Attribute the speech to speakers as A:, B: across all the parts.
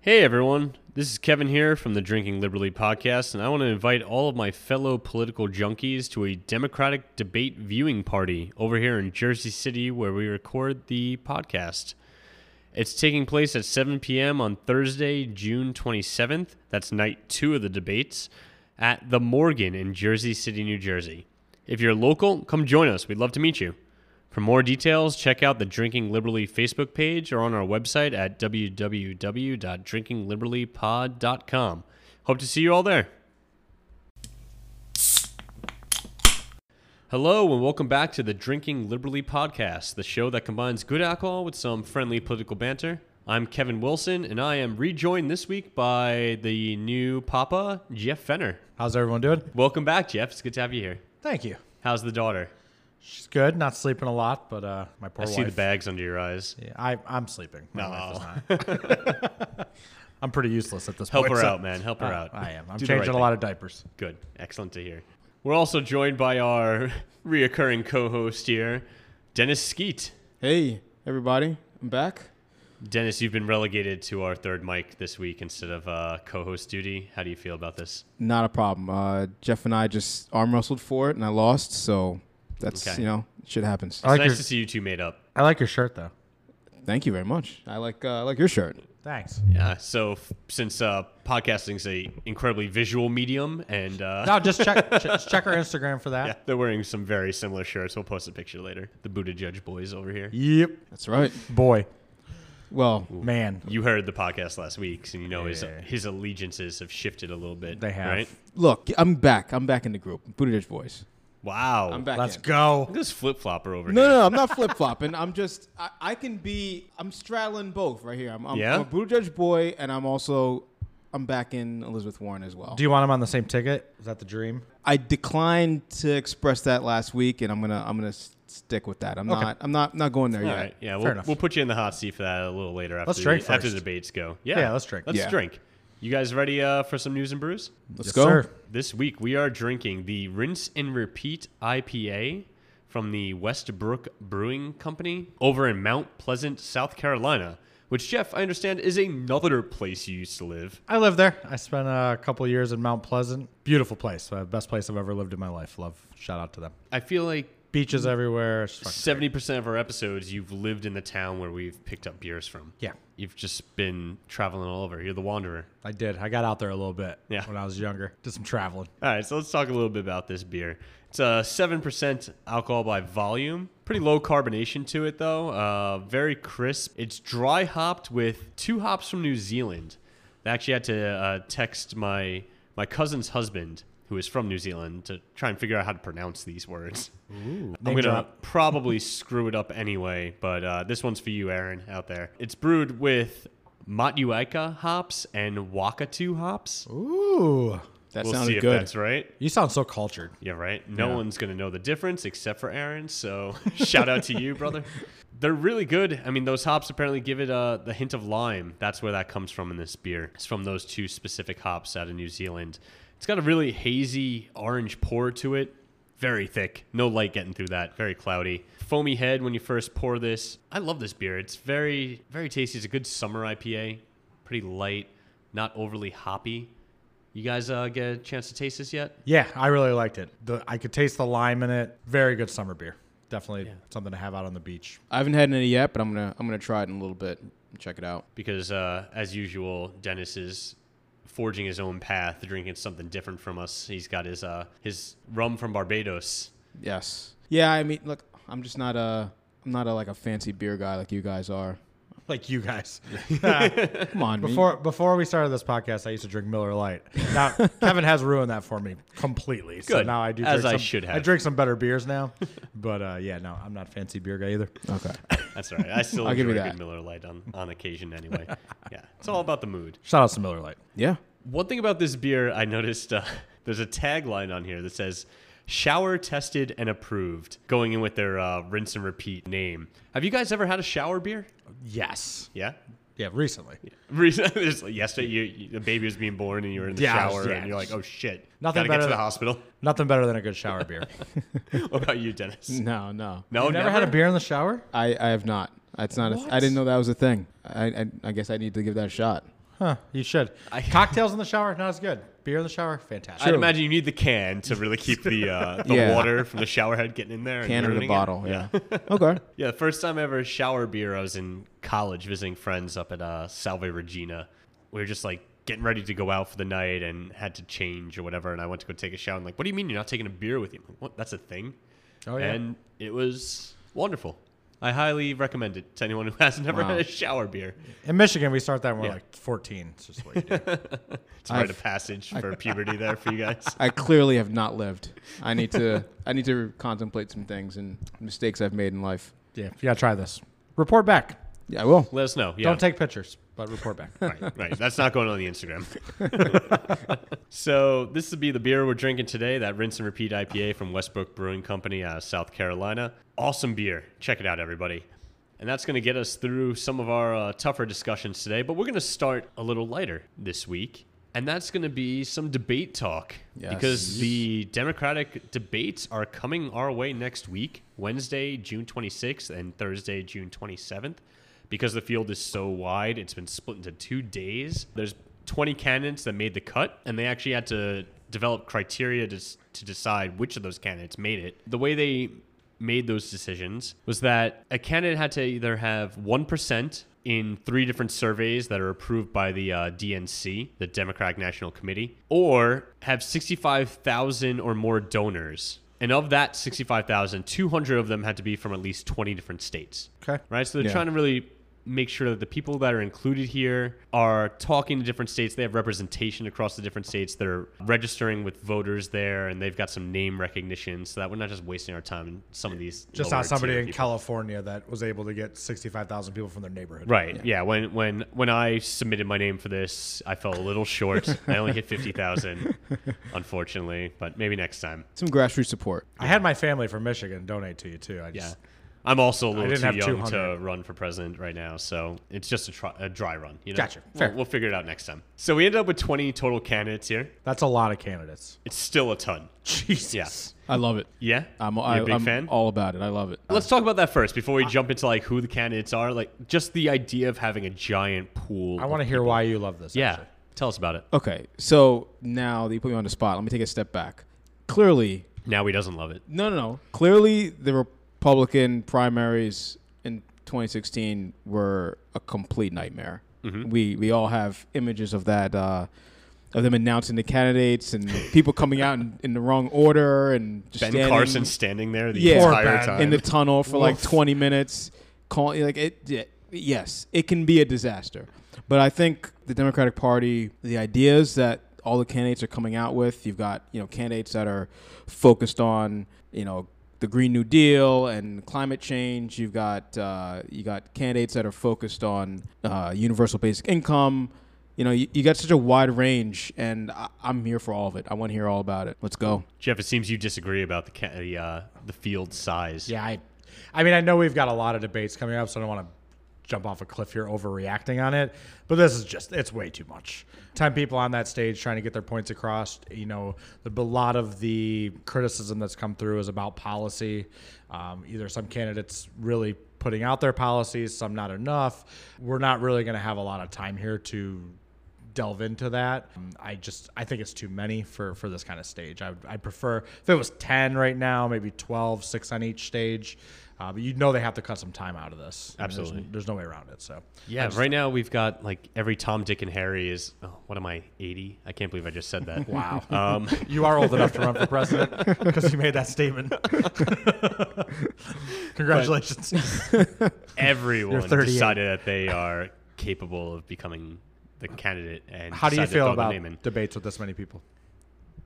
A: Hey everyone, this is Kevin here from the Drinking Liberally podcast, and I want to invite all of my fellow political junkies to a Democratic debate viewing party over here in Jersey City where we record the podcast. It's taking place at 7 p.m. on Thursday, June 27th. That's night two of the debates at the Morgan in Jersey City, New Jersey. If you're local, come join us. We'd love to meet you. For more details, check out the Drinking Liberally Facebook page or on our website at www.drinkingliberallypod.com. Hope to see you all there. Hello, and welcome back to the Drinking Liberally podcast, the show that combines good alcohol with some friendly political banter. I'm Kevin Wilson, and I am rejoined this week by the new papa, Jeff Fenner.
B: How's everyone doing?
A: Welcome back, Jeff. It's good to have you here.
B: Thank you.
A: How's the daughter?
B: She's good. Not sleeping a lot, but uh, my poor
A: I
B: wife.
A: see the bags under your eyes.
B: Yeah, I, I'm sleeping. My
A: No.
B: wife is not. I'm pretty useless at this
A: Help
B: point.
A: her
B: so-
A: out, man. Help her
B: I-
A: out.
B: Uh, I am. I'm
A: Do the
B: changing
A: right
B: a lot of diapers.
A: Good. Excellent to hear. We're also joined by our reoccurring co host here, Dennis Skeet.
C: Hey, everybody, I'm back.
A: Dennis, you've been relegated to our third mic this week instead of uh, co host duty. How do you feel about this?
C: Not a problem. Uh, Jeff and I just arm wrestled for it, and I lost. So that's
A: Okay. Uh,
C: you know shit happens.
B: I
A: It's
B: like,
A: nice
B: your,
A: to see you two made up.
B: I like your shirt though.
C: Thank you very much. I like uh, I like your shirt.
B: Thanks.
A: Yeah. So, f- since uh, podcasting's a incredibly visual medium, and uh,
B: No, just check ch- just check her Instagram for
A: yeah,
B: that.
A: they're wearing some very similar shirts. We'll post a picture later. The Buddha Judge boys over here.
B: Yep.
C: That's right.
B: Boy,
C: Well,
B: man,
A: You heard the podcast last week, so you know his,
B: Yeah.
A: his allegiances have shifted a little bit.
B: They have.
A: Right?
C: look, I'm back. I'm back in the group. Buttigieg voice.
A: Wow.
C: I'm back.
B: let's
C: in.
B: go.
A: This flip flopper over
C: No,
A: here.
C: no, no, I'm not flip flopping. I'm just I, I can be. I'm straddling both right here. I'm, I'm,
A: Yeah?
C: I'm a Buttigieg boy, and I'm also I'm back in Elizabeth Warren as well.
B: Do you want him on the same ticket? Is that the dream?
C: I declined to express that last week, and I'm gonna I'm gonna s- stick with that. I'm
B: Okay.
C: not I'm not not going there
A: All
C: yet.
A: right. Yeah,
B: Fair
A: we'll,
B: enough.
A: we'll put you in the hot seat for that a little later after,
B: Let's drink
A: the, after
B: first.
A: the debates go. Yeah.
B: Yeah, let's drink.
A: Let's
C: Yeah.
A: drink. You guys ready uh, for some news and brews?
C: Let's
B: Yes,
C: go.
B: sir.
A: This week we are drinking the Rinse and Repeat IPA from the Westbrook Brewing Company over in Mount Pleasant, South Carolina, which Jeff, I understand, is another place you used to live.
B: I live there. I spent a couple years in Mount Pleasant. Beautiful place. Uh, best place I've ever lived in my life. Love. Shout out to them.
A: I feel like
B: Beaches everywhere. It's fucking-
A: 70% of our episodes you've lived in the town where we've picked up beers from.
B: Yeah.
A: You've just been traveling all over. You're the wanderer.
B: I did. I got out there a little bit
A: Yeah.
B: when I was younger. Did some traveling.
A: All right, so let's talk a little bit about this beer. It's a seven percent alcohol by volume. Pretty low carbonation to it though. Uh, very crisp. It's dry hopped with two hops from New Zealand. I actually had to uh, text my my cousin's husband, who is from New Zealand, to try and figure out how to pronounce these words. I'm
B: Name
A: gonna
B: drop.
A: probably screw it up anyway, but uh, this one's for you, Aaron, out there. It's brewed with Matuika hops and Wakatu hops.
B: Ooh.
C: That
A: we'll
C: sounded
A: see
C: good.
A: if that's right.
B: You sound so cultured.
A: Yeah, right. No one's gonna know the difference except for Aaron. So shout out to you, brother. They're really good. I mean, those hops apparently give it uh, the hint of lime. That's where that comes from in this beer. It's from those two specific hops out of New Zealand. It's got a really hazy orange pour to it. Very thick. No light getting through that. Very cloudy. Foamy head when you first pour this. I love this beer. It's very, very tasty. It's a good summer IPA. Pretty light, not overly hoppy. You guys uh, get a chance to taste this yet?
B: Yeah, I really liked it. The, I could taste the lime in it. Very good summer beer. Definitely something to have out on the beach.
C: I haven't had any yet, but I'm gonna I'm gonna try it in a little bit. and Check it out.
A: because uh, as usual, Dennis is forging his own path, drinking something different from us. He's got his uh, his rum from Barbados.
C: Yes. Yeah. I mean, look, I'm just not a I'm not a like a fancy beer guy like you guys are.
B: Like you guys.
C: Come on, me.
B: Before before we started this podcast, I used to drink Miller Lite. Now Kevin has ruined that for me completely. So
A: Good,
B: now I do
A: as
B: drink
A: I
B: some,
A: should have.
B: I drink some better beers now. but uh, yeah, no, I'm not a fancy beer guy either.
C: Okay.
A: That's all right. I still
C: I'll give
A: enjoy
C: you
A: a good
C: that.
A: Miller Lite on, on occasion anyway. yeah, it's all about the mood.
B: Shout out to Miller Lite.
C: Yeah.
A: One thing about this beer, I noticed uh, there's a tagline on here that says "shower tested and approved," going in with their uh, rinse and repeat name. Have you guys ever had a shower beer?
B: Yes.
A: Yeah.
B: Yeah, recently.
A: Reason it's like yesterday, you, you- the baby was being born, and you were in the
B: Yeah, I was-
A: shower,
B: yeah,
A: and you're like,
B: just-
A: "Oh shit,
B: Nothing
A: gotta get
B: better
A: to the
B: than-
A: hospital."
B: Nothing better than a good shower beer.
A: What about you, Dennis?
C: No, no.
A: No,
B: You've never had a beer in the shower?
C: I I have not. That's not. A,
B: What?
C: I didn't know that was a thing. I, I I guess I need to give that a shot.
B: Huh? You should.
A: I-
B: Cocktails in the shower, not as good. Beer in the shower, fantastic.
A: I'd
C: True.
A: imagine you need the can to really keep the uh, the
C: Yeah.
A: water from the shower head getting in there. and
C: Can in the
A: ruining it.
C: bottle. Yeah. okay.
A: Yeah, the first time I ever shower beer, I was in college visiting friends up at uh, Salve Regina. We were just like getting ready to go out for the night and had to change or whatever. And I went to go take a shower. And like, what do you mean you're not taking a beer with you? I'm like, what? That's a thing.
B: Oh yeah.
A: And it was wonderful. I highly recommend it to anyone who has never
C: Wow.
A: had a shower beer.
B: in Michigan, we start that when we're
A: Yeah.
B: like 14. It's just what you do.
A: It's a rite
C: I've-
A: of passage for puberty there for you guys.
C: I clearly have not lived. I need to. I need to contemplate some things and mistakes I've made in life.
B: yeah, you gotta try this. Report back.
C: Yeah, I will.
A: Let us know. Yeah.
B: Don't take pictures, but report back.
A: right, right. That's not going on the Instagram. so this would be the beer we're drinking today, that rinse and repeat IPA from Westbrook Brewing Company out of South Carolina. Awesome beer. Check it out, everybody. And that's going to get us through some of our uh, tougher discussions today, but we're going to start a little lighter this week. And that's going to be some debate talk
C: Yes.
A: because the Democratic debates are coming our way next week, Wednesday, June 26th, and Thursday, June 27th because the field is so wide, it's been split into two days. There's 20 candidates that made the cut, and they actually had to develop criteria to, s- to decide which of those candidates made it. The way they made those decisions was that a candidate had to either have 1% in three different surveys that are approved by the uh, DNC, the Democratic National Committee, or have 65,000 or more donors. And of that 65,000, 200 of them had to be from at least 20 different states
B: Okay.
A: right? So they're
C: Yeah.
A: trying to really make sure that the people that are included here are talking to different states. They have representation across the different states. They're registering with voters there, and they've got some name recognition, so that we're not just wasting our time in some of these.
B: Just not
A: lower
B: somebody
A: tier
B: in
A: people.
B: California that was able to get 65,000 people from their neighborhood.
A: Right. Yeah. When when when I submitted my name for this, I fell a little short. I only hit fifty thousand, unfortunately. But maybe next time.
C: Some grassroots support.
B: I had my family from Michigan donate to you too. I
A: Yeah.
B: just,
A: I'm also a little
B: didn't
A: too
B: have
A: young
B: 200.
A: to run for president right now, so it's just a, try, a dry run. You know?
B: Gotcha.
A: We'll,
B: Fair.
A: we'll figure it out next time. So we ended up with 20 total candidates here.
B: that's a lot of candidates.
A: It's still a ton.
B: Jesus.
A: Yeah.
C: I love it.
A: Yeah.
C: I'm,
A: You
C: I,
A: a big
C: I'm
A: fan.
C: all about it. I love it.
A: Let's talk about that first before we jump into like who the candidates are. Like just the idea of having a giant pool.
B: I
A: of-
B: want to hear why you love this.
A: Yeah.
B: actually.
A: Tell us about it.
C: Okay, so now that you put me on the spot, let me take a step back. Clearly,
A: Now he doesn't love it.
C: no, no, no. Clearly, the Republican primaries in 2016 were a complete nightmare.
A: Mm-hmm.
C: We we all have images of that, uh, of them announcing the candidates and people coming out in, in the wrong order and just
A: Ben
C: standing
A: Carson standing there the
C: Yeah. Poor
A: entire
B: Ben.
A: time.
C: in the tunnel for like
B: Woof.
C: 20 minutes. Calling like it, yeah, yes, it can be a disaster. But I think the Democratic Party, the ideas that all the candidates are coming out with, you've got you know candidates that are focused on you know the Green New Deal and climate change. You've got uh, you got candidates that are focused on uh, universal basic income. You know, you, you got such a wide range, and I, I'm here for all of it. I want to hear all about it. Let's go.
A: Jeff, it seems you disagree about the ca- the, uh, the field size.
B: Yeah. I, I mean, I know we've got a lot of debates coming up, so I don't want to jump off a cliff here overreacting on it, but this is just, it's way too much. 10 people on that stage trying to get their points across. You know, the, a lot of the criticism that's come through is about policy. Um, either some candidates really putting out their policies, some not enough. We're not really going to have a lot of time here to delve into that. Um, I just I think it's too many for for this kind of stage. I I prefer if it was 10 right now, maybe 12, 6 on each stage. Uh, but you know they have to cut some time out of this. I mean, there's-
A: Absolutely.
B: there's, no way around it. So
A: Yeah, right now we've got like every Tom, Dick, and Harry is. Oh, what am I? Eighty? I can't believe I just said that. wow. Um,
B: you are old enough to run for president because you made that statement. Congratulations.
A: everyone
B: 38.
A: decided that they are capable of becoming the candidate. And
B: How do you
A: decided to
B: feel
A: throw their
B: about
A: name in.
B: debates with this many people?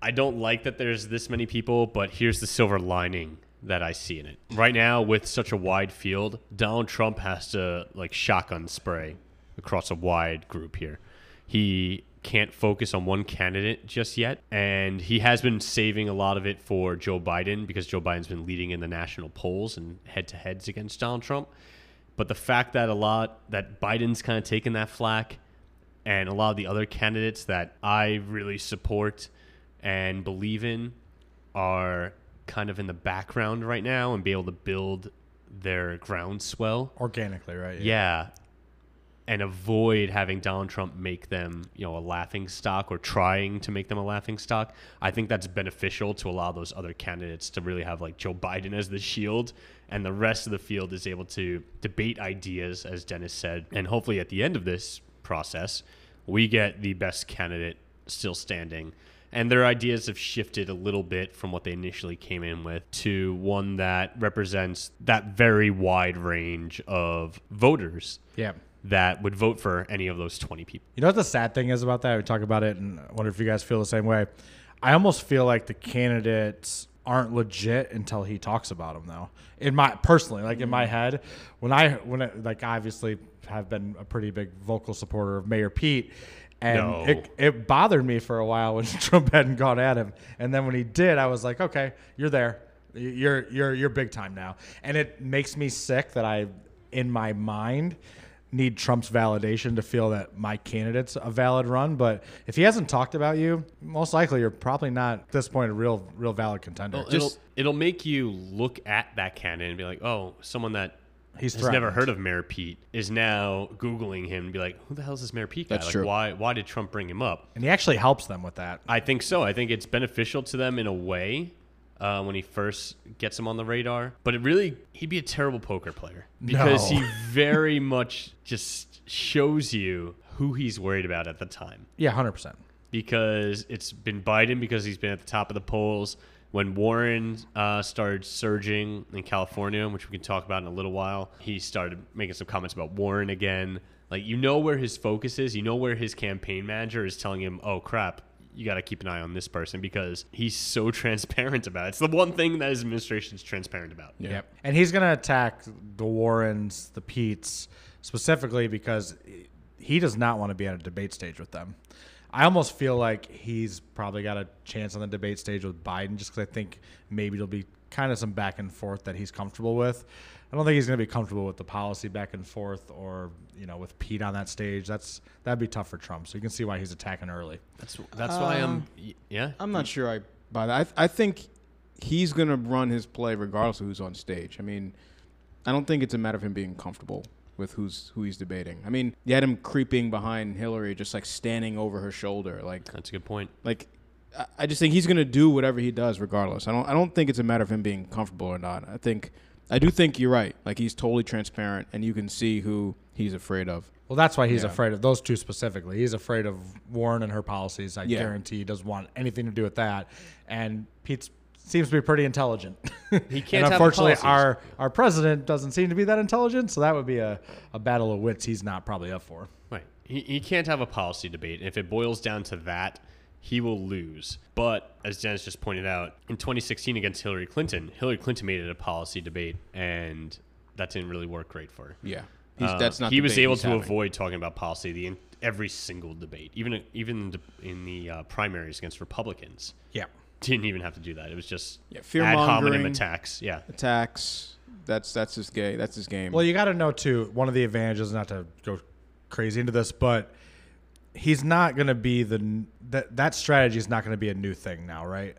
A: I don't like that there's this many people, but here's the silver lining that I see in it. Right now, with such a wide field, Donald Trump has to like shotgun spray across a wide group here. He can't focus on one candidate just yet, and he has been saving a lot of it for Joe Biden because Joe Biden's been leading in the national polls and head-to-heads against Donald Trump. But the fact that a lot that Biden's kind of taken that flack and a lot of the other candidates that I really support and believe in are kind of in the background right now and be able to build their groundswell.
B: Organically, right?
A: Yeah. and avoid having Donald Trump make them, you know, a laughing stock or trying to make them a laughing stock. I think that's beneficial to allow those other candidates to really have like Joe Biden as the shield and the rest of the field is able to debate ideas as Dennis said. And hopefully at the end of this process, we get the best candidate still standing. And their ideas have shifted a little bit from what they initially came in with to one that represents that very wide range of voters
B: Yeah.
A: that would vote for any of those 20 people.
B: You know what the sad thing is about that? We talk about it, and I wonder if you guys feel the same way. I almost feel like the candidates aren't legit until he talks about them, though. In my personally, like in my head, when I when I, like I obviously have been a pretty big vocal supporter of Mayor Pete, and
A: No.
B: it, it bothered me for a while when Trump hadn't gone at him, and then when he did, I was like, okay, you're there, you're you're you're big time now, and it makes me sick that I, in my mind, need Trump's validation to feel that my candidate's a valid run. But if he hasn't talked about you, most likely you're probably not at this point a real real valid contender.
A: it'll, it'll make you look at that candidate and be like, oh, someone that
B: He's
A: has never
B: threatened.
A: heard of Mayor Pete is now Googling him and be like, who the hell is this Mayor Pete guy?
C: That's
A: like,
C: true.
A: Why, why did Trump bring him up?
B: and he actually helps them with that.
A: I think so. I think it's beneficial to them in a way uh, when he first gets him on the radar. But it really, he'd be a terrible poker player because
B: No.
A: he very much just shows you who he's worried about at the time.
B: Yeah, hundred percent.
A: because it's been Biden because he's been at the top of the polls. When Warren uh, started surging in California, which we can talk about in a little while, he started making some comments about Warren again. Like you know where his focus is, you know where his campaign manager is telling him, "Oh crap, you got to keep an eye on this person because he's so transparent about it." It's the one thing that his administration's transparent about.
C: Yeah.
B: Yep. And he's going to attack the Warrens, the Peets, specifically because he does not want to be at a debate stage with them. I almost feel like he's probably got a chance on the debate stage with Biden just because I think maybe there'll be kind of some back and forth that he's comfortable with. I don't think he's going to be comfortable with the policy back and forth or, you know, with Pete on that stage. That's that'd be tough for Trump. So you can see why he's attacking early.
A: That's that's why I'm yeah.
C: I'm not sure I buy that. I, th- I think he's going to run his play regardless of who's on stage. I mean, I don't think it's a matter of him being comfortable with who's who he's debating. I mean, you had him creeping behind Hillary, just like standing over her shoulder, like
A: That's a good point.
C: like. I- I just think he's going to do whatever he does, regardless. I don't. I don't think it's a matter of him being comfortable or not. I think, I do think you're right. Like he's totally transparent, and you can see who he's afraid of.
B: Well, that's why he's
C: Yeah.
B: afraid of those two specifically. He's afraid of Warren and her policies. I
C: Yeah.
B: guarantee he doesn't want anything to do with that. And Pete seems to be pretty intelligent. He
A: can't have
B: and
A: the
B: unfortunately,
A: policies.
B: our our president doesn't seem to be that intelligent. So that would be a, a battle of wits. He's not probably up for.
A: Right. He, he can't have a policy debate. And if it boils down to that, he will lose. But as Dennis just pointed out, in 2016 against Hillary Clinton, Hillary Clinton made it a policy debate, and that didn't really work great for her.
C: Yeah, he's,
A: Uh,
C: that's not.
A: he
C: the
A: was
C: debate
A: able
C: he's
A: to
C: having.
A: avoid talking about policy the in, every single debate, even even in the, in the uh, primaries against Republicans.
B: Yeah.
A: Didn't even have to do that. It was just
C: Yeah,
A: ad hominem
C: fear-mongering.
A: attacks. Yeah.
C: attacks. That's that's his game. That's his game.
B: Well, you got to know too. One of the advantages, not to go crazy into this, but he's not going to be the n- that that strategy is not going to be a new thing now, right?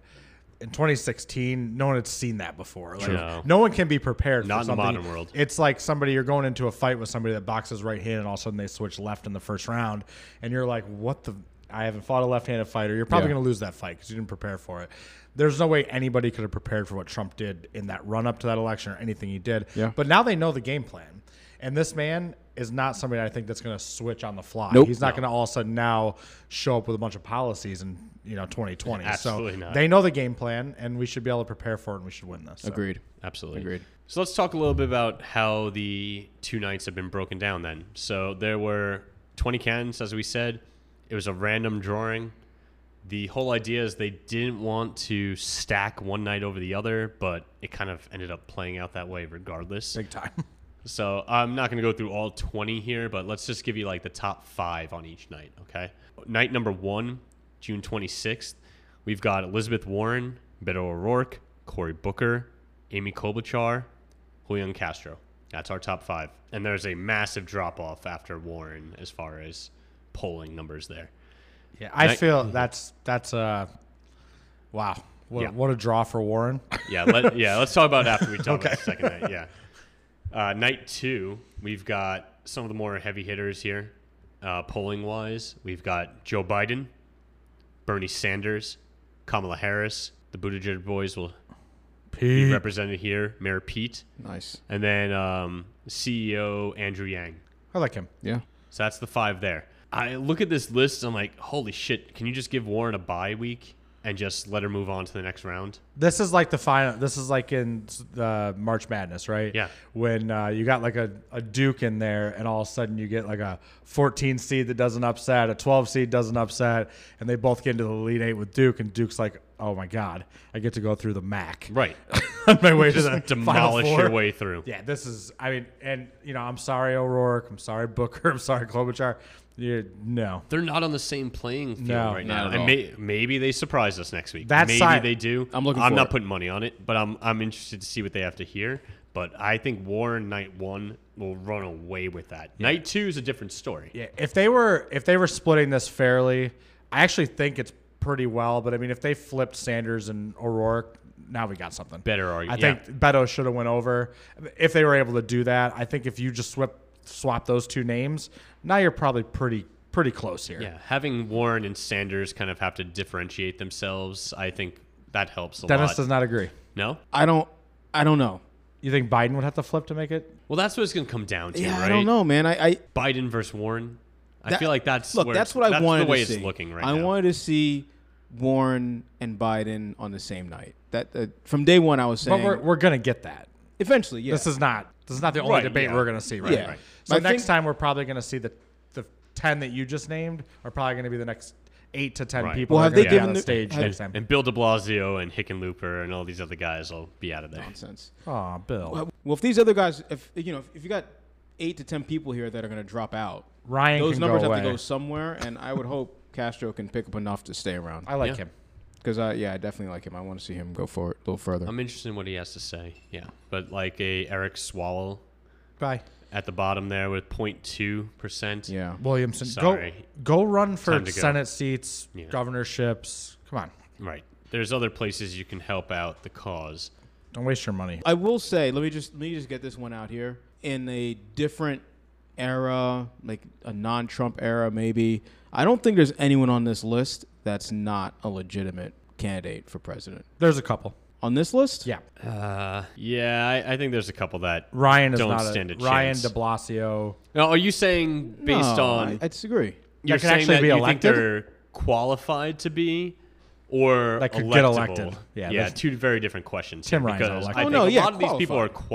B: In 2016, no one had seen that before. Like,
A: True. No.
B: No one can be prepared.
A: Not
B: for
A: in the
B: something.
A: modern world.
B: It's like somebody you're going into a fight with somebody that boxes right hand, and all of a sudden they switch left in the first round, and you're like, "What the? I haven't fought a left-handed fighter. You're probably
C: Yeah.
B: going to lose that fight because you didn't prepare for it." There's no way anybody could have prepared for what Trump did in that run up to that election or anything he did.
C: Yeah.
B: But now they know the game plan. And this man is not somebody I think that's going to switch on the fly.
C: Nope.
B: He's not going to all of a sudden now show up with a bunch of policies in you know 2020.
A: Absolutely
B: so
A: not.
B: they know the game plan, and we should be able to prepare for it, and we should win this. So.
C: Agreed.
A: Absolutely.
C: Agreed.
A: So let's talk a little bit about how the two nights have been broken down then. So there were 20 cans, as we said. It was a random drawing. The whole idea is they didn't want to stack one night over the other, but it kind of ended up playing out that way regardless.
B: Big time.
A: So I'm not going to go through all 20 here, but let's just give you like the top five on each night, okay? Night number one, June 26th, we've got Elizabeth Warren, Beto O'Rourke, Cory Booker, Amy Klobuchar, Julian Castro. That's our top five. And there's a massive drop off after Warren as far as polling numbers there.
B: Yeah, I
A: Night-
B: feel that's that's uh, wow, what,
A: Mm-hmm. Yeah.
B: what a draw for Warren.
A: Yeah, let, yeah. Let's talk about it after we talk about the second night. Yeah. Uh, night two, we've got some of the more heavy hitters here, uh, polling wise. We've got Joe Biden, Bernie Sanders, Kamala Harris. The Buttigieg boys will be represented here. Mayor Pete,
C: Nice.
A: and then um, CEO Andrew Yang.
B: I like him.
C: Yeah.
A: So that's the five there. I look at this list. I'm like, holy shit! Can you just give Warren a bye week and just let her move on to the next round?
B: This is like the final. This is like in the March Madness, right?
A: Yeah.
B: When uh, you got like a, a Duke in there, and all of a sudden you get like a 14 seed that doesn't upset, a 12 seed doesn't upset, and they both get into the lead eight with Duke, and Duke's like, oh my god, I get to go through the MAC
A: Right.
B: on my way to the
A: just demolish
B: Final Four.
A: your way through.
B: Yeah, this is. I mean, and you know, I'm sorry O'Rourke, I'm sorry Booker, I'm sorry Klobuchar. You no,
A: They're not on the same playing field
B: No,
A: right
C: not
A: now,
C: at
A: and
C: all.
A: may, maybe they surprise us next week.
B: That
A: maybe
B: side-
A: they do.
C: I'm looking
A: I'm
C: for
A: not
C: it.
A: putting money on it, but I'm I'm interested to see what they have to hear. But I think Warren night one will run away with that. Night two is a different story.
B: Yeah, if they were if they were splitting this fairly, I actually think it's pretty well. But I mean, if they flipped Sanders and O'Rourke, now we got something
A: Better argue-
B: I think Beto should have went over. If they were able to do that, I think if you just swap swap those two names, now you're probably pretty pretty close here.
A: Yeah, having Warren and Sanders kind of have to differentiate themselves, I think that helps a
B: Dennis
A: lot.
B: does not agree.
A: no,
C: I don't. I don't know.
B: You think Biden would have to flip to make it?
A: well, that's what it's going to come down to,
C: Yeah,
A: right?
C: I don't know, man. I, I
A: Biden versus Warren. I
C: That-
A: feel like that's
C: look.
A: where
C: That's
A: it's-
C: what I
A: that's
C: wanted
A: the way
C: to
A: it's
C: see.
A: looking right
C: I
A: now.
C: wanted to see Warren and Biden on the same night. That uh, from day one, I was
B: But
C: saying.
B: we're, we're gonna get that.
C: eventually, yeah.
B: This is not this is not the only
A: Right,
B: debate
A: yeah.
B: we're gonna see, right?
C: Yeah.
B: Right. So
C: I
B: next
C: think-
B: time we're probably gonna see the the ten that you just named are probably gonna be the next eight to ten
A: Right.
B: people.
C: Well,
B: that
C: have
B: are
C: they
B: gonna be
C: given
B: on the
C: the-
B: stage
C: have-
B: next time?
A: and Bill De Blasio and Hickenlooper and all these other guys will be out of there.
C: nonsense.
B: Aw, Bill.
C: Well, if these other guys, if you know, if, you got eight to ten people here that are going to drop out,
B: Ryan
C: those
B: can
C: numbers
B: go
C: have to
B: away.
C: go somewhere. And I would hope Castro can pick up enough to stay around
B: I like
A: Yeah.
B: him.
C: because I, yeah, I definitely like him. I want to see him go for it a little further.
A: I'm interested in what he has to say. Yeah, but like a Eric Swallow
B: Bye.
A: at the bottom there with 0.2 percent.
C: yeah,
B: Williamson.
A: Sorry.
B: Go go run for
A: Time to go.
B: Senate seats,
A: Yeah.
B: governorships. Come on.
A: Right. There's other places you can help out the cause.
B: Don't waste your money.
C: I will say, let me just let me just get this one out here. In a different era, like a non-Trump era, maybe. I don't think there's anyone on this list that's not a legitimate candidate for president.
B: There's a couple.
C: On this list,
B: Yeah.
A: Uh, yeah, I, I think there's a couple that.
B: Ryan is
A: Don't
B: not
A: stand
B: a,
A: a
B: Ryan
A: chance.
B: De Blasio.
A: Now, are you saying based
C: No,
A: on
C: I, I disagree.
A: you're
B: could
A: saying
B: actually
A: that
B: be
A: you
B: elected?
A: think they're qualified to be, or
B: That could
A: electable?
B: get elected. Yeah,
A: Yeah,
B: that's-
A: two very different questions.
B: Tim
A: here,
B: Ryan's
A: because
B: elected.
A: I
B: Oh,
A: think
C: no,
A: a
C: yeah,
A: lot of these people are
C: qualified.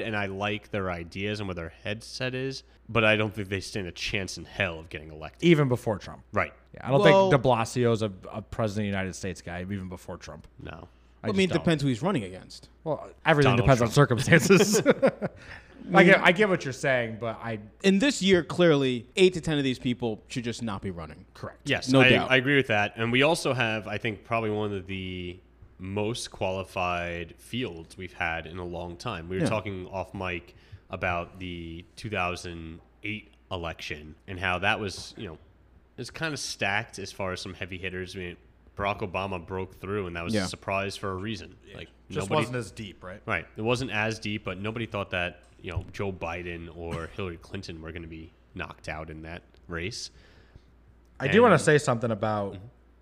A: qualified, and I like their ideas and where their headset is, but I don't think they stand a chance in hell of getting elected.
B: Even before Trump.
A: Right?
B: Yeah, I don't
C: Well-
B: think De Blasio's a, a president of the United States guy, even before Trump.
A: No.
B: I,
C: I
B: just
C: mean, it
B: don't.
C: depends who he's running against.
B: Well, everything
A: Donald
B: depends on
A: Trump.
B: circumstances. I get, I get what you're saying, but I
C: In this year, clearly, eight to ten of these people should just not be running.
B: correct.
A: Yes,
C: No
A: I,
C: doubt.
A: I agree with that. And we also have, I think, probably one of the most qualified fields we've had in a long time. We were
C: Yeah.
A: talking off mic about the 2008 election and how that was, you know, it's kind of stacked as far as some heavy hitters. I mean, Barack Obama broke through, and that was
C: Yeah.
A: a surprise for a reason. Like
B: Just
A: nobody,
B: wasn't as deep, right?
A: right? It wasn't as deep, but nobody thought that you know Joe Biden or Hillary Clinton were going to be knocked out in that race.
B: I do want to
A: And-
B: say something about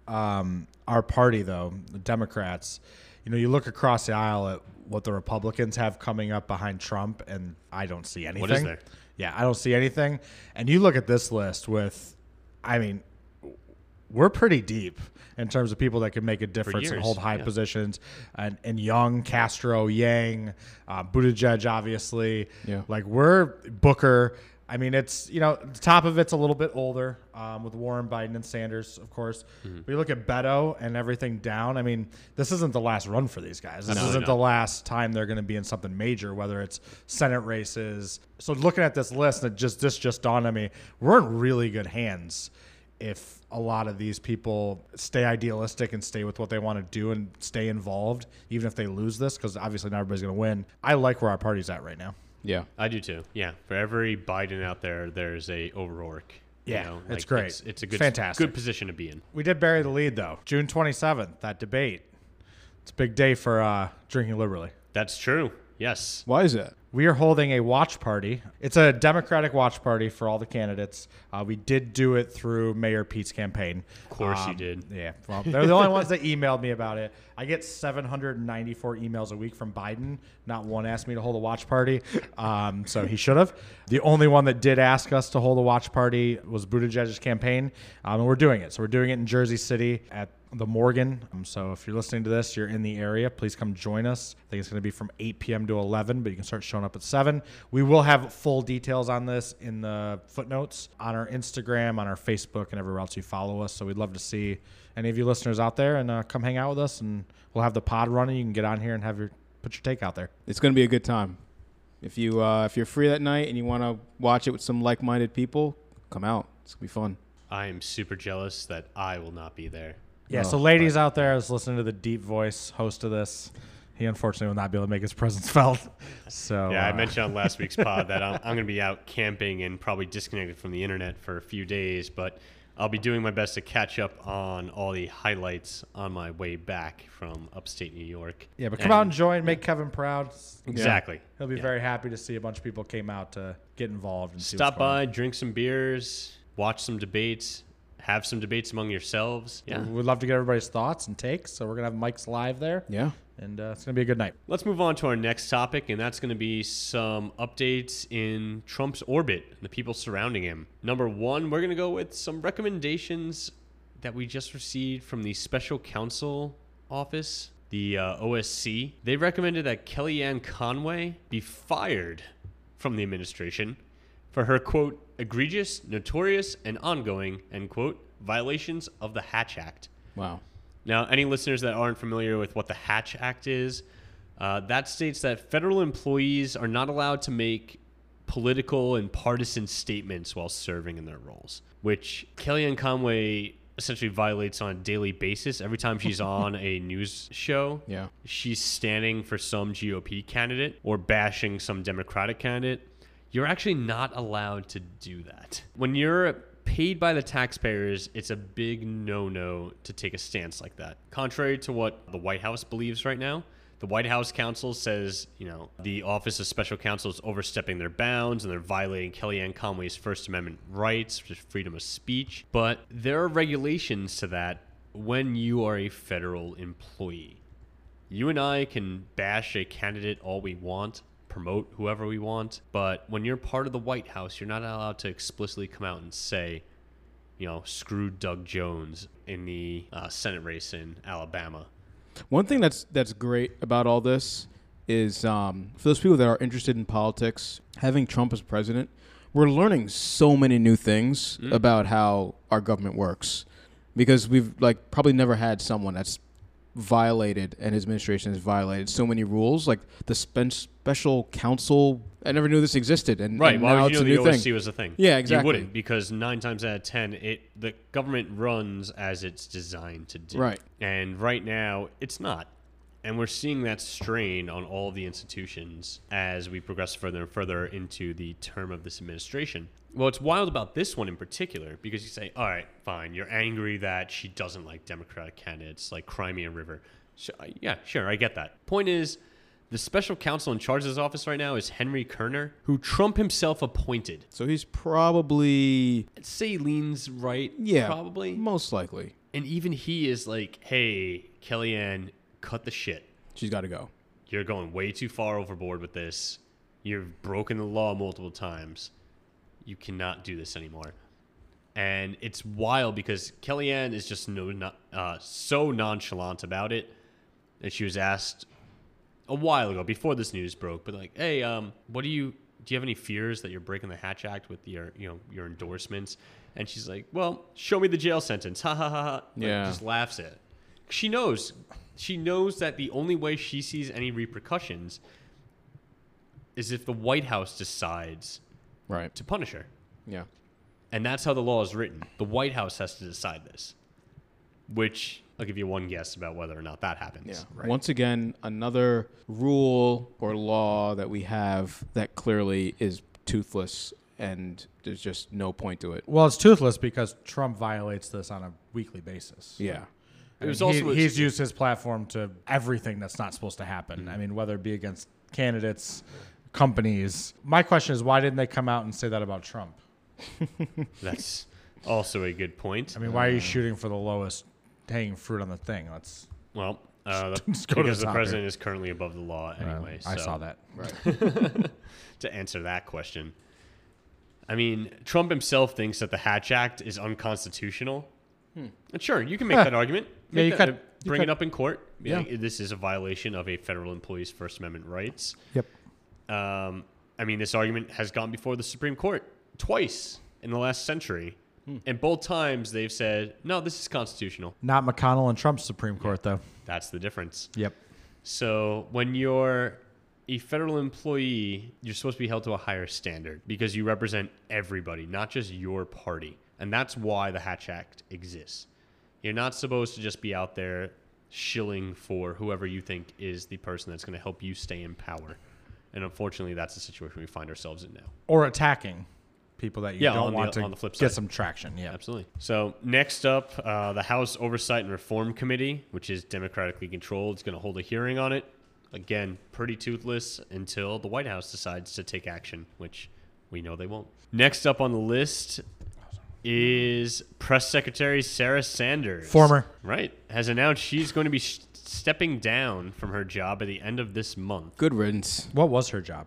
B: um, our party, though, the Democrats. You know, you look across the aisle at what the Republicans have coming up behind Trump, and I don't see anything.
A: is there?
B: Yeah, I don't see anything. And you look at this list with, I mean, we're pretty deep in terms of people that can make a difference and
A: years,
B: hold high
A: yeah.
B: positions. And, and Young, Castro, Yang, uh, Buttigieg, obviously.
C: Yeah.
B: Like we're Booker. I mean, it's you know the top of it's a little bit older um, with Warren, Biden, and Sanders, of course.
A: Mm-hmm.
B: But you look at Beto and everything down. I mean, this isn't the last run for these guys. This isn't
A: not.
B: the last time they're going to be in something major, whether it's Senate races. So looking at this list, and it just this just dawned on me, we're in really good hands if a lot of these people stay idealistic and stay with what they want to do and stay involved, even if they lose this, because obviously not everybody's going to win. I like where our party's at right now.
C: Yeah.
A: I do too. Yeah. For every Biden out there, there's a O'Rourke. you
B: Yeah,
A: know,
B: it's great.
A: It's, it's a good,
B: Fantastic.
A: good position to be in.
B: We did bury the lead though. June 27th, that debate. It's a big day for uh, drinking liberally.
A: That's true. Yes.
C: Why is that?
B: We are holding a watch party. It's a Democratic watch party for all the candidates. Uh, we did do it through Mayor Pete's campaign. Of
A: course you did.
B: Yeah. Well, they're the only ones that emailed me about it. I get 794 emails a week from Biden. Not one asked me to hold a watch party. Um, so he should have. The only one that did ask us to hold a watch party was Buttigieg's campaign. Um, and we're doing it. So we're doing it in Jersey City at the Morgan. Um, so if you're listening to this, you're in the area, please come join us. I think it's going to be from 8 p.m. to 11, but you can start showing up at 7. We will have full details on this in the footnotes on our Instagram, on our Facebook, and everywhere else you follow us. So we'd love to see any of you listeners out there and uh, come hang out with us, and we'll have the pod running. You can get on here and have your put your take out there.
C: It's going to be a good time. If you uh, if you're free that night and you want to watch it with some like-minded people, come out. It's gonna be fun.
A: I am super jealous that I will not be there.
B: Yeah. so ladies out there, I was listening to the deep voice host of this. He unfortunately will not be able to make his presence felt. So
A: Yeah, I
B: uh,
A: mentioned on last week's pod that I'm, I'm going to be out camping and probably disconnected from the internet for a few days, but I'll be doing my best to catch up on all the highlights on my way back from upstate New York.
B: Yeah, but
A: And-
B: come out and join. Make Kevin proud.
A: Exactly.
B: He'll be
A: Yeah.
B: very happy to see a bunch of people came out to get involved and see what's
A: Stop
B: going
A: by,
B: on.
A: drink some beers, watch some debates, have some debates among yourselves. Yeah.
B: We'd love to get everybody's thoughts and takes. So we're gonna have mics live there,
C: Yeah.
B: and uh, it's gonna be a good night.
A: Let's move on to our next topic, and that's going to be some updates in Trump's orbit, and the people surrounding him. Number one, we're going to go with some recommendations that we just received from the special counsel office, the uh, OSC. They recommended that Kellyanne Conway be fired from the administration for her quote egregious, notorious, and ongoing end quote violations of the Hatch Act.
C: Wow.
A: Now, any listeners that aren't familiar with what the Hatch Act is, uh, that states that federal employees are not allowed to make political and partisan statements while serving in their roles, which Kellyanne Conway essentially violates on a daily basis. Every time she's on a news show,
C: Yeah.
A: she's standing for some GOP candidate or bashing some Democratic candidate, you're actually not allowed to do that. When you're paid by the taxpayers, it's a big no no to take a stance like that. Contrary to what the White House believes right now, the White House counsel says, you know, the Office of Special Counsel is overstepping their bounds and they're violating Kellyanne Conway's First Amendment rights, which is freedom of speech. But there are regulations to that when you are a federal employee. You and I can bash a candidate all we want, promote whoever we want, but when you're part of the White House, you're not allowed to explicitly come out and say, you know, screw Doug Jones in the uh, Senate race in Alabama.
C: One thing that's that's great about all this is um, for those people that are interested in politics, having Trump as president, we're learning so many new things
A: Mm.
C: about how our government works because we've like probably never had someone that's violated and his administration has violated so many rules like the spen- special counsel i never knew this existed and,
A: Right.
C: and
A: Why
C: now
A: would
C: it's
A: you
C: a
A: know
C: new
A: the
C: thing
A: OSC was a thing?
C: Yeah,
A: You
C: exactly.
A: wouldn't because nine times out of ten, it the government runs as it's designed to do.
C: Right.
A: And right now, it's not. And we're seeing that strain on all the institutions as we progress further and further into the term of this administration. Well, it's wild about this one in particular because you say, all right, fine, you're angry that she doesn't like Democratic candidates like Crimea River. Sh- yeah, sure, I get that. Point is, the special counsel in charge of this office right now is Henry Kerner, who Trump himself appointed.
C: so he's probably
A: I'd say he leans right,
C: yeah
A: probably.
C: most likely
A: And even he is like, hey, Kellyanne, cut the shit.
C: she's got to go
A: You're going way too far overboard with this. You've broken the law multiple times. You cannot do this anymore. And it's wild because Kellyanne is just no, no- uh, so nonchalant about it. And she was asked a while ago, before this news broke, but like, hey, um, what do you do? You have any fears that you're breaking the Hatch Act with your, you know, your endorsements? And she's like, well, show me the jail sentence. Ha ha ha. ha. Like,
C: Yeah.
A: Just laughs at. It. She knows. She knows that the only way she sees any repercussions is if the White House decides
C: right
A: to punish her.
C: yeah
A: And that's how the law is written. The White House has to decide this, which I'll give you one guess about whether or not that happens.
C: Yeah.
B: Right.
C: Once again, another rule or law that we have that clearly is toothless and there's just no point to it.
B: Well, it's toothless because Trump violates this on a weekly basis.
C: Yeah.
B: I mean,
A: was
B: he-
A: also- Mm-hmm.
B: he's used his platform to everything that's not supposed to happen. I mean, whether it be against candidates, companies. My question is, why didn't they come out and say that about Trump?
A: That's also a good point.
B: I mean, why are you shooting for the lowest hanging fruit on the thing? That's
A: well, uh, the,
B: Just go to the
A: because the
B: top
A: president is currently above the law anyway.
B: uh, I
A: so
B: saw that.
C: Right.
A: To answer that question, I mean, Trump himself thinks that the Hatch Act is unconstitutional. And sure, you can make
B: Huh.
A: that argument.
B: Yeah,
A: Make
B: you
A: that- uh,
B: could- you
A: bring it
B: could.
A: up in court. Be
B: Yeah.
A: like, this is a violation of a federal employee's First Amendment rights.
B: Yep.
A: Um, I mean, this argument has gone before the Supreme Court twice in the last century. And both times they've said, no, this is constitutional.
B: Not McConnell and Trump's Supreme Court, though.
A: That's the difference.
B: Yep.
A: So when you're a federal employee, you're supposed to be held to a higher standard because you represent everybody, not just your party. And that's why the Hatch Act exists. You're not supposed to just be out there shilling for whoever you think is the person that's going to help you stay in power. And unfortunately, that's the situation we find ourselves in now.
B: Or attacking people that you
A: Yeah, on
B: don't
A: the-
B: want to
A: on the flip
B: get
A: side.
B: some traction. Yeah.
A: Absolutely. So next up, uh, the House Oversight and Reform Committee, which is democratically controlled, is going to hold a hearing on it. Again, pretty toothless until the White House decides to take action, which we know they won't. Next up on the list is Press Secretary Sarah Sanders.
B: Former.
A: Right. Has announced she's going to be sh- stepping down from her job at the end of this month.
C: Good riddance.
B: What was her job?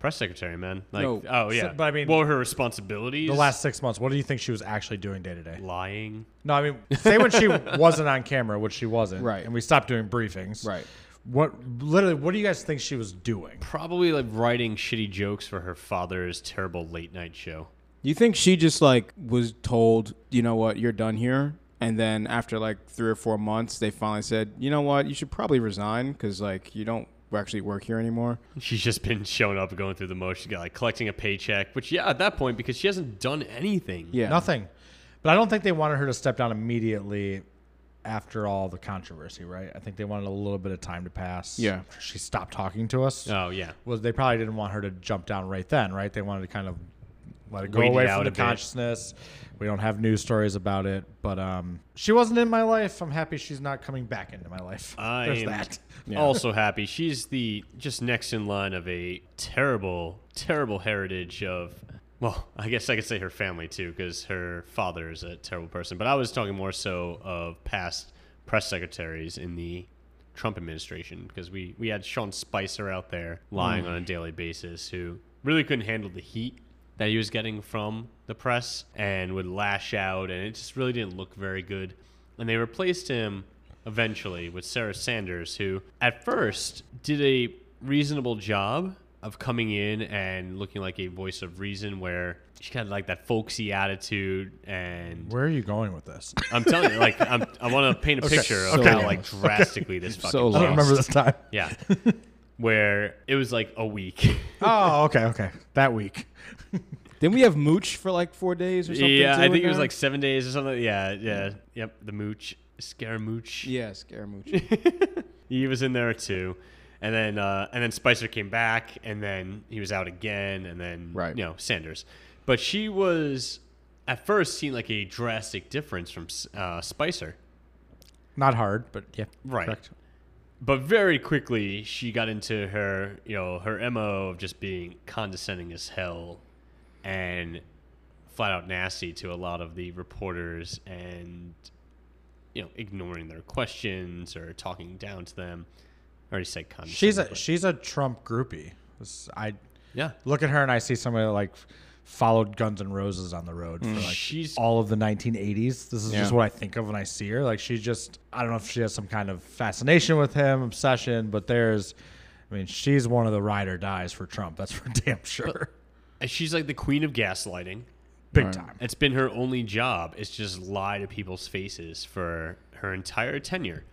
A: Press Secretary, man. Like,
C: No.
A: oh, yeah.
B: but I mean-
A: what were her responsibilities?
B: The last six months. What do you think she was actually doing day to day?
A: lying.
B: No, I mean, say when she wasn't on camera, which she wasn't.
C: Right.
B: And we stopped doing briefings.
C: Right.
B: What literally? What do you guys think she was doing?
A: probably like writing shitty jokes for her father's terrible late night show.
C: You think she just like was told, you know what, you're done here, and then after like three or four months, they finally said, you know what, you should probably resign because like you don't actually work here anymore.
A: She's just been showing up and going through the motions, got like collecting a paycheck, which yeah, at that point because she hasn't done anything.
C: Yeah.
B: Nothing. But I don't think they wanted her to step down immediately after all the controversy, right? I think they wanted a little bit of time to pass.
C: Yeah.
B: after She stopped talking to us.
A: Oh yeah.
B: was they probably didn't want her to jump down right then, right? They wanted to kind of let it go
A: Wait it
B: away
A: out
B: from
A: a
B: the
A: bit.
B: consciousness. We don't have news stories about it, but um, she wasn't in my life. I'm happy she's not coming back into my life.
A: I
B: There's
A: am
B: that.
A: also happy. She's the just next in line of a terrible, terrible heritage of. Well, I guess I could say her family too, because her father is a terrible person. But I was talking more so of past press secretaries in the Trump administration, because we we had Sean Spicer out there lying on a daily basis, who really couldn't handle the heat that he was getting from the press and would lash out, and it just really didn't look very good. And they replaced him eventually with Sarah Sanders, who at first did a reasonable job of coming in and looking like a voice of reason, where she had like that folksy attitude. And
B: Where are you going with this?
A: I'm telling you, like, I'm, I want to paint a picture of
B: so
A: how
B: lost.
A: like drastically this fucking.
C: So
B: I don't
C: lost.
B: remember this time.
A: Yeah, where it was like a week.
B: oh, okay, okay. That week.
C: Then we have Mooch for like four days or something.
A: yeah,
C: too
A: I
C: in
A: think it was
C: there?
A: like seven days or something. Yeah, yeah, yep. The mooch, scaramooch.
C: yeah, Scaramouche.
A: He was in there too, and then uh, and then Spicer came back, and then he was out again, and then
C: Right.
A: you know Sanders. But she was at first seemed like a drastic difference from uh, Spicer,
B: Not hard, but yeah.
A: Right.
B: Correct.
A: but very quickly she got into her you know her mo of just being condescending as hell, and flat out nasty to a lot of the reporters and you know ignoring their questions or talking down to them. I already said condescending.
B: She's a
A: but-
B: she's a Trump groupie. This- I
A: yeah.
B: look at her and I see somebody that like followed Guns N' Roses on the road for like
A: She's-
B: all of the 1980s. This is just
C: Mm. Yeah.
B: what I think of when I see her. Like she's just I don't know if she has some kind of fascination with him, obsession, but there's I mean, she's one of the ride or dies for Trump. That's for damn sure.
A: And She's like the queen of gaslighting.
B: Big
C: Right.
B: time.
A: It's been her only job is just lie to people's faces for her entire tenure.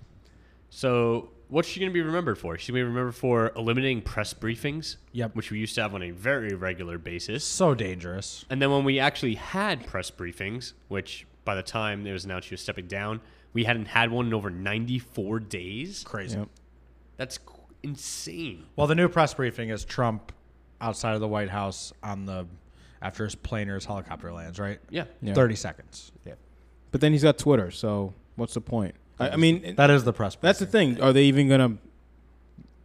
A: So what's she going to be remembered for? She's going to be remembered for eliminating press briefings,
B: Yep.
A: which we used to have on a very regular basis.
B: So dangerous.
A: And then when we actually had press briefings, which by the time it was announced she was stepping down, we hadn't had one in over 94 days.
B: Crazy.
C: Yep.
A: That's c- insane.
B: Well, the new press briefing is Trump outside of the White House on the after his planer's helicopter lands, right?
A: Yeah.
C: Yeah.
B: 30 seconds. Yeah.
C: But then he's got Twitter, so what's the point? I, I mean,
B: That is the press briefing.
C: that's the thing. Are they even gonna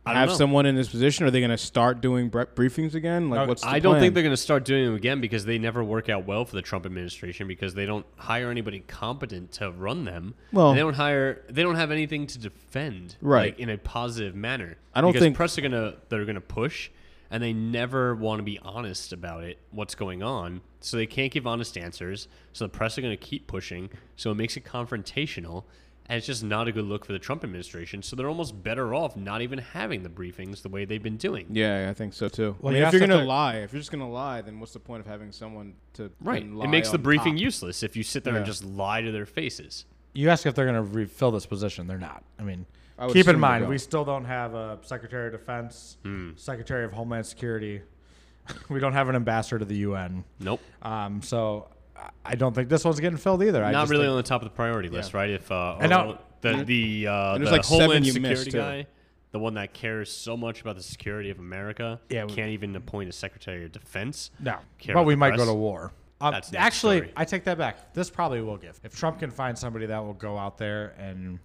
A: I don't
C: have
A: know.
C: someone in this position? Are they going to start doing bre- briefings again? Like,
B: No,
C: what's the
A: I don't
C: plan?
A: think they're going to start doing them again because they never work out well for the Trump administration because they don't hire anybody competent to run them.
C: Well-
A: And they don't hire. They don't have anything to defend,
C: Right.
A: Like, in a positive manner.
C: I don't
A: because
C: think-
A: press are going to they're going to push, and they never want to be honest about it. What's going on? So they can't give honest answers. So the press are going to keep pushing. So it makes it confrontational. And it's just not a good look for the Trump administration. So they're almost better off not even having the briefings the way they've been doing.
C: Yeah, I think so too.
B: Well,
C: I
B: you
C: mean,
B: have
C: if you're
B: to
C: going to
B: think-
C: lie, if you're just going to lie, then what's the point of having someone to
A: Right.
C: then
A: It
C: lie
A: makes the
C: on
A: briefing
C: top?
A: useless if you sit there and
C: Yeah.
A: just lie to their faces.
B: You ask if they're going to refill this position. They're not. I mean,
C: I would
B: keep
C: assume
B: in
C: they
B: mind
C: don't.
B: we still don't have a Secretary of Defense,
A: Hmm.
B: Secretary of Homeland Security. we don't have an ambassador to the UN.
A: Nope.
B: Um, so I- I don't think this one's getting filled either. I
A: Not
B: just
A: really
B: think-
A: on the top of the priority list, right? If uh,
B: And
A: Orwell-
B: now-
A: the the, uh,
C: Mm-hmm. And
A: the
C: there's like seven
A: Homeland
C: you
A: Security
C: missed, too.
A: guy, the one that cares so much about the security of America,
B: Yeah, we-
A: can't even appoint a Secretary of Defense.
B: No,
A: Care
B: but
A: about
B: we
A: the
B: might go
A: press?
B: to war. Um,
A: That's next
B: actually,
A: story.
B: I take that back. This probably will give. If Trump can find somebody that will go out there and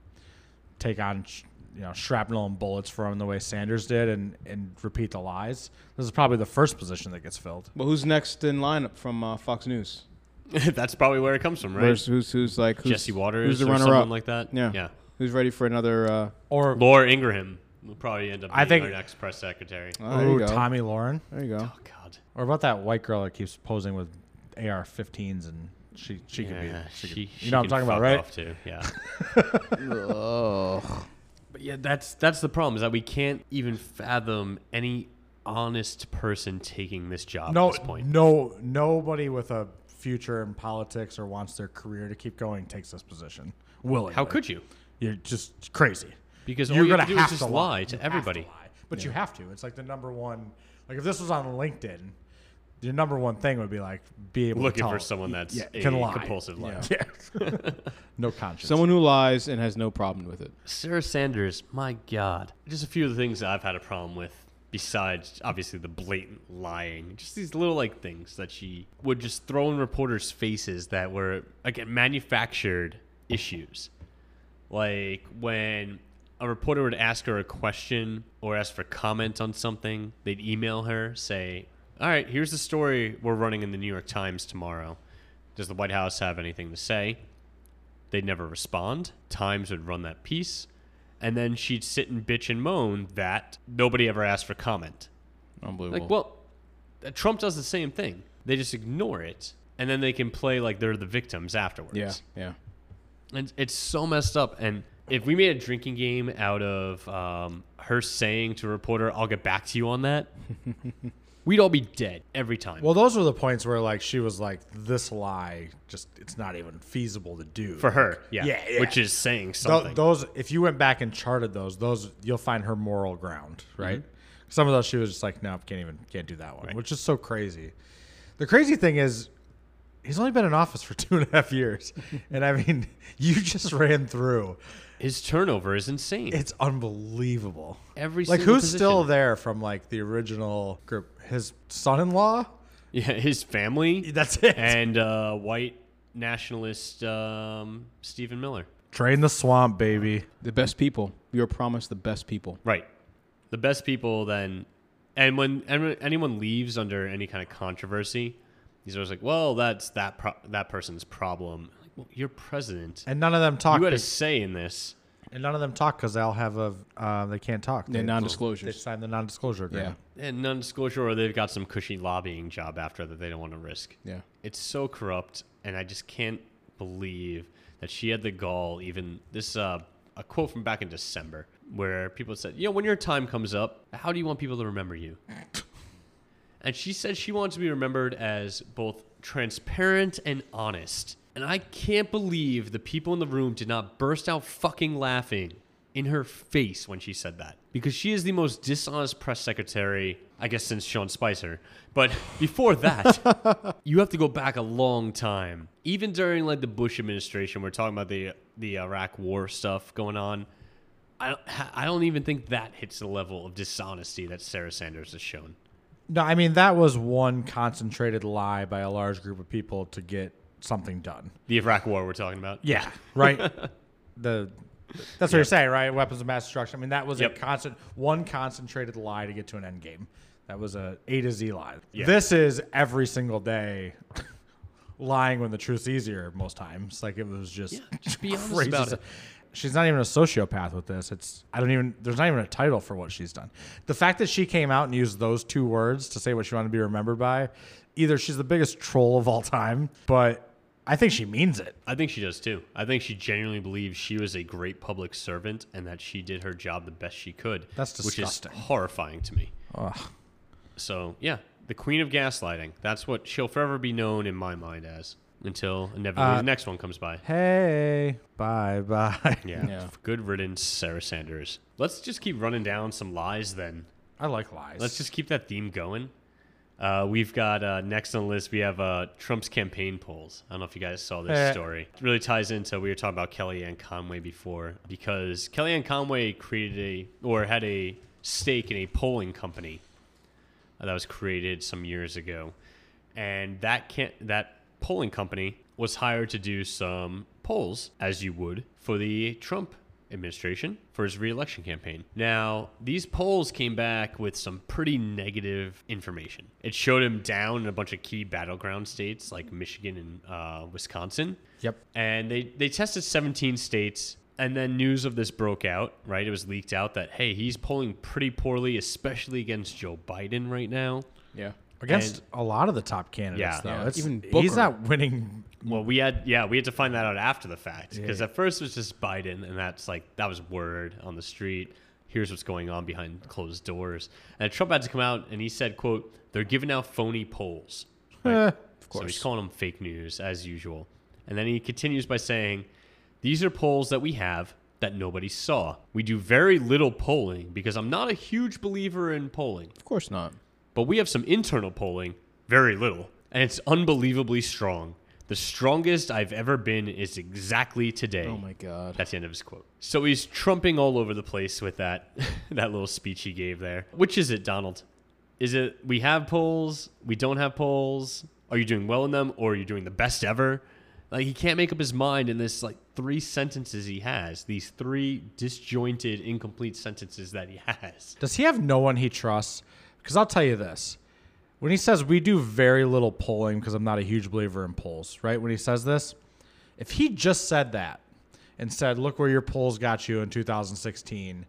B: take on, sh- you know, shrapnel and bullets for him the way Sanders did, and and repeat the lies, this is probably the first position that gets filled.
C: Well, who's next in lineup from uh, Fox News?
A: That's probably where it comes from, right?
C: Where's, who's who's like who's,
A: Jesse Waters
C: Who's the
A: or
C: runner
A: someone
C: up?
A: like that.
C: Yeah.
A: Yeah.
C: Who's ready for another? Uh,
B: Or
A: Laura Ingraham will probably end up being
B: I think-
A: our next press secretary.
C: oh, there you
B: Ooh,
C: go.
B: Tommy Lauren,
C: There you go.
A: Oh God.
B: or about that white girl that keeps posing with AR-15s, and she she could be.
A: Yeah, she,
B: you know what I'm
A: can
B: talking about,
A: fuck
B: right?
A: off too. Yeah.
C: oh,
A: But yeah, that's that's the problem is that we can't even fathom any honest person taking this job
B: no,
A: at this point.
B: no, nobody with a future in politics or wants their career to keep going takes this position. Willingly.
A: How could you?
B: You're just crazy.
A: Because all
B: you're
A: you have
B: gonna
A: to do is
B: have
A: just
B: to
A: lie
B: lie
A: to
B: You have
A: everybody.
B: lie. But you have to. It's like the number one. Like if this was on LinkedIn, your number one thing would be like be able to
A: Looking
B: tell,
A: for someone that's
B: yeah,
A: a
B: can lie.
A: compulsive liar.
B: Yeah. no conscience.
C: someone who lies and has no problem with it.
A: Sarah Sanders, my God. Just a few of the things that I've had a problem with, besides obviously the blatant lying. Just these little like things that she would just throw in reporters' faces that were again manufactured issues. Like when a reporter would ask her a question or ask for comment on something, they'd email her, say, All right, here's the story we're running in the New York Times tomorrow. Does the White House have anything to say? They'd never respond. Times would run that piece. And then she'd sit and bitch and moan that nobody ever asked for comment.
C: Unbelievable.
A: Like, well, uh, Trump does the same thing. They just ignore it. And then they can play like they're the victims afterwards.
C: yeah, yeah.
A: And it's so messed up. And if we made a drinking game out of um, her saying to a reporter, I'll get back to you on that, we'd all be dead every time.
B: well, those were the points where like she was like, "This lie, just it's not even feasible to do."
A: for her, yeah.
B: Yeah, yeah.
A: Which is saying
B: Tho-
A: something.
B: those, if you went back and charted those, those you'll find her moral ground, right?
A: Mm-hmm.
B: Some of those she was just like, no, can't even, can't do that one, which is so crazy. The crazy thing is, he's only been in office for two and a half years, and I mean, you just ran through.
A: His turnover is insane.
B: It's unbelievable.
A: Every
B: like
A: single
B: who's still
A: position.
B: there from like the original group? His son-in-law.
A: Yeah, his family
B: That's it.
A: and uh, white nationalist um, Stephen Miller.
B: Drain the swamp, baby.
C: The best people. You are promised the best people.
A: Right. The best people then, and when an- anyone leaves under any kind of controversy, he's always like, "Well, that's that pro- that person's problem." Like, well, you're president.
B: And none of them talk.
A: You had a
B: be-
A: say in this.
B: And none of them talk because they all have a uh, they can't talk.
C: The
B: They- They
C: non-disclosures.
B: signed the non-disclosure
C: Yeah,
B: agreement.
A: And non-disclosure, or they've got some cushy lobbying job after that they don't want to risk.
C: yeah.
A: It's so corrupt, and I just can't believe that she had the gall. Even this, uh, a quote from back in December, where people said, "You know, when your time comes up, how do you want people to remember you?" and she said she wants to be remembered as both transparent and honest. And I can't believe the people in the room did not burst out fucking laughing in her face when she said that. Because she is the most dishonest press secretary, I guess, since Sean Spicer. But before that, you have to go back a long time. Even during like the Bush administration, we're talking about the the Iraq War stuff going on. I don't, I don't even think that hits the level of dishonesty that Sarah Sanders has shown.
B: No, I mean that was one concentrated lie by a large group of people to get something done.
A: The Iraq War we're talking about.
B: Yeah. Right. the That's what you're saying, right? Weapons of mass destruction. I mean, that was
A: Yep.
B: a constant, one concentrated lie to get to an end game. That was a A to Z lie.
A: Yeah.
B: This is every single day lying when the truth's easier most times. Like it was just,
A: just be honest
B: crazy
A: about
B: stuff.
A: it.
B: She's not even a sociopath with this. It's I don't even there's not even a title for what she's done. The fact that she came out and used those two words to say what she wanted to be remembered by, either she's the biggest troll of all time, but I think she means it.
A: I think she does too. I think she genuinely believes she was a great public servant and that she did her job the best she could.
B: That's disgusting.
A: Which is horrifying to me. So yeah, the queen of gaslighting. That's what she'll forever be known in my mind as until
B: Uh,
A: inevitably the next one comes by.
B: Hey, bye bye.
A: Yeah.
C: Yeah.
A: Good riddance, Sarah Sanders. Let's just keep running down some lies then.
B: I like lies.
A: Let's just keep that theme going. Uh, we've got uh, next on the list, we have uh, Trump's campaign polls. I don't know if you guys saw this
B: Eh.
A: story. It really ties into, we were talking about Kellyanne Conway before, because Kellyanne Conway created a, or had a stake in a polling company uh, that was created some years ago. And that can that polling company was hired to do some polls, as you would, for the Trump administration for his reelection campaign. Now, these polls came back with some pretty negative information. It showed him down in a bunch of key battleground states like Michigan and uh, Wisconsin.
B: Yep.
A: And they, they tested 17 states, and then news of this broke out, right? It was leaked out that, hey, he's polling pretty poorly, especially against Joe Biden right now.
C: Yeah.
B: against a lot of the top candidates
A: Yeah.
B: though.
A: Yeah.
B: It's,
C: Even
B: he's
C: Booker.
B: not winning.
A: Well, we had, yeah, we had to find that out after the fact because
B: Yeah.
A: at first it was just Biden, and that's like, that was word on the street. Here's what's going on behind closed doors. And Trump had to come out and he said, quote, they're giving out phony polls.
B: Eh,
A: Of course. So he's calling them fake news as usual. And then he continues by saying, These are polls that we have that nobody saw. We do very little polling because I'm not a huge believer in polling,
C: Of course not.
A: but we have some internal polling, very little, and it's unbelievably strong. The strongest I've ever been is exactly today.
C: Oh my god.
A: That's the end of his quote. So he's trumping all over the place with that that little speech he gave there. Which is it, Donald? Is it we have polls, we don't have polls? Are you doing well in them, or are you doing the best ever? Like he can't make up his mind in this like three sentences he has, these three disjointed, incomplete sentences that he has.
B: Does he have no one he trusts? Because I'll tell you this. When he says we do very little polling because I'm not a huge believer in polls, right? When he says this, if he just said that and said, look where your polls got you in 2016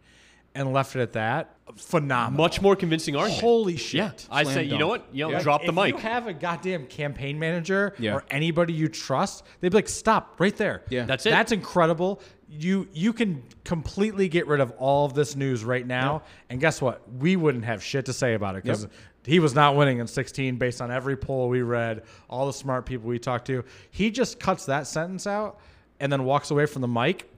B: and left it at that, phenomenal.
A: Much more convincing argument.
B: Holy shit.
A: yeah, I
C: Slam
A: say, you know
C: dunk.
A: what? You know,
C: Yeah.
A: drop the
B: if
A: mic.
B: you have a goddamn campaign manager
C: Yeah.
B: or anybody you trust, they'd be like, "Stop right there."
C: Yeah.
A: That's it.
B: That's incredible. You you can completely get rid of all of this news right now, and guess what? We wouldn't have shit to say about it because
C: Yep.
B: he was not winning in 16 based on every poll we read, all the smart people we talked to. He just cuts that sentence out and then walks away from the mic.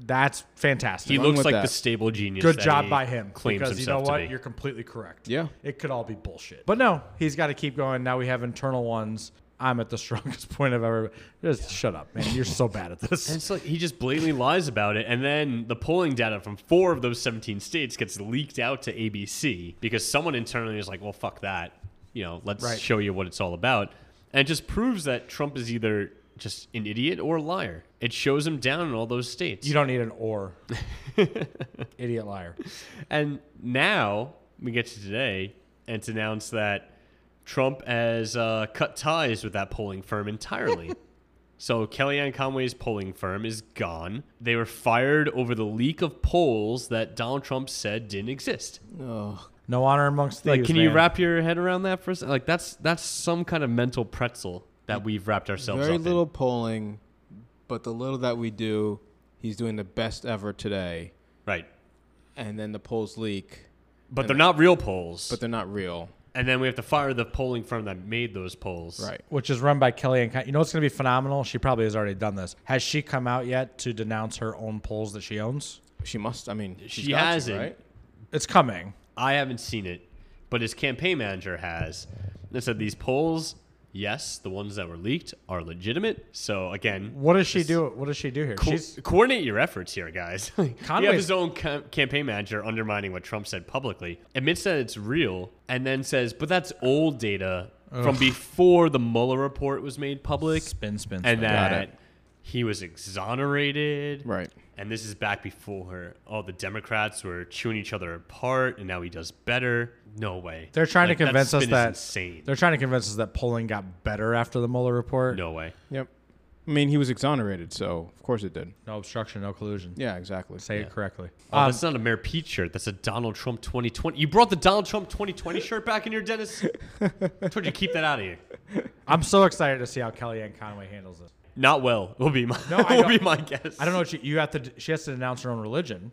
B: That's fantastic.
A: he
C: Run
A: looks
C: with
A: like the
C: that.
A: stable genius.
B: Good
A: that
B: job
A: he
B: by him.
A: Claims
B: because you know
A: himself
B: what?
A: to be.
B: You're completely correct.
C: Yeah.
B: It could all be bullshit. But no, he's got to keep going. Now we have internal ones. I'm at the strongest point I've ever. Just shut up, man. You're so bad at
A: And
B: this.
A: it's like he just blatantly lies about it, and then the polling data from four of those 17 states gets leaked out to ABC because someone internally is like, "Well, fuck that," you know, let's
B: Right.
A: show you what it's all about, and it just proves that Trump is either just an idiot or a liar. It shows him down in all those states.
B: You don't need an or. Idiot liar.
A: And now we get to today, and it's announced that Trump has uh, cut ties with that polling firm entirely. so Kellyanne Conway's polling firm is gone. They were fired over the leak of polls that Donald Trump said didn't exist.
C: Oh.
B: No honor amongst thieves.
A: Like, can you
B: man.
A: wrap your head around that for a second? Like, that's that's some kind of mental pretzel that we've wrapped ourselves
C: Mm. Very
A: up
C: little
A: in.
C: polling, but the little that we do, he's doing the best ever today.
A: Right.
C: And then the polls leak,
A: But they're not real polls.
C: but they're not real.
A: and then we have to fire the polling firm that made those polls.
C: Right.
B: Which is run by Kellyanne. Con- You know what's going to be phenomenal? She probably has already done this. Has she come out yet to denounce her own polls that she owns?
C: She must. I mean, she's
A: She
C: got to,
A: hasn't.
C: right?
B: It's coming.
A: I haven't seen it, but his campaign manager has. They said these polls, yes, the ones that were leaked are legitimate. So again,
B: What does she do? What does she do here?
A: co-
B: She's
A: coordinate your efforts here, guys. you have
B: Conway's-
A: his own ca- campaign manager undermining what Trump said publicly, admits that it's real, and then says, "But that's old data from before the Mueller report was made public,
B: spin, spin, spin.
A: and
C: Got
A: that
C: it.
A: he was exonerated.
C: Right.
A: And this is back before all the Democrats were chewing each other apart, and now he does better. No way.
B: They're trying
A: Like,
B: to
A: that
B: convince us
A: spin is
B: that
A: insane.
B: they're trying to convince us that polling got better after the Mueller report.
A: No way.
C: Yep. I mean, he was exonerated, so of course it did.
B: No obstruction, no collusion.
C: Yeah, exactly.
B: Say it correctly.
A: Oh, that's not a Mayor Pete shirt. That's a Donald Trump 2020. You brought the Donald Trump 2020 shirt back in here, Dennis. I told you to keep that out of here.
B: I'm so excited to see how Kellyanne Conway handles this.
A: Not well. Will be my
B: No, I
A: will be
B: don't-
A: my guess.
B: I don't know. What she, you have to. She has to denounce her own religion,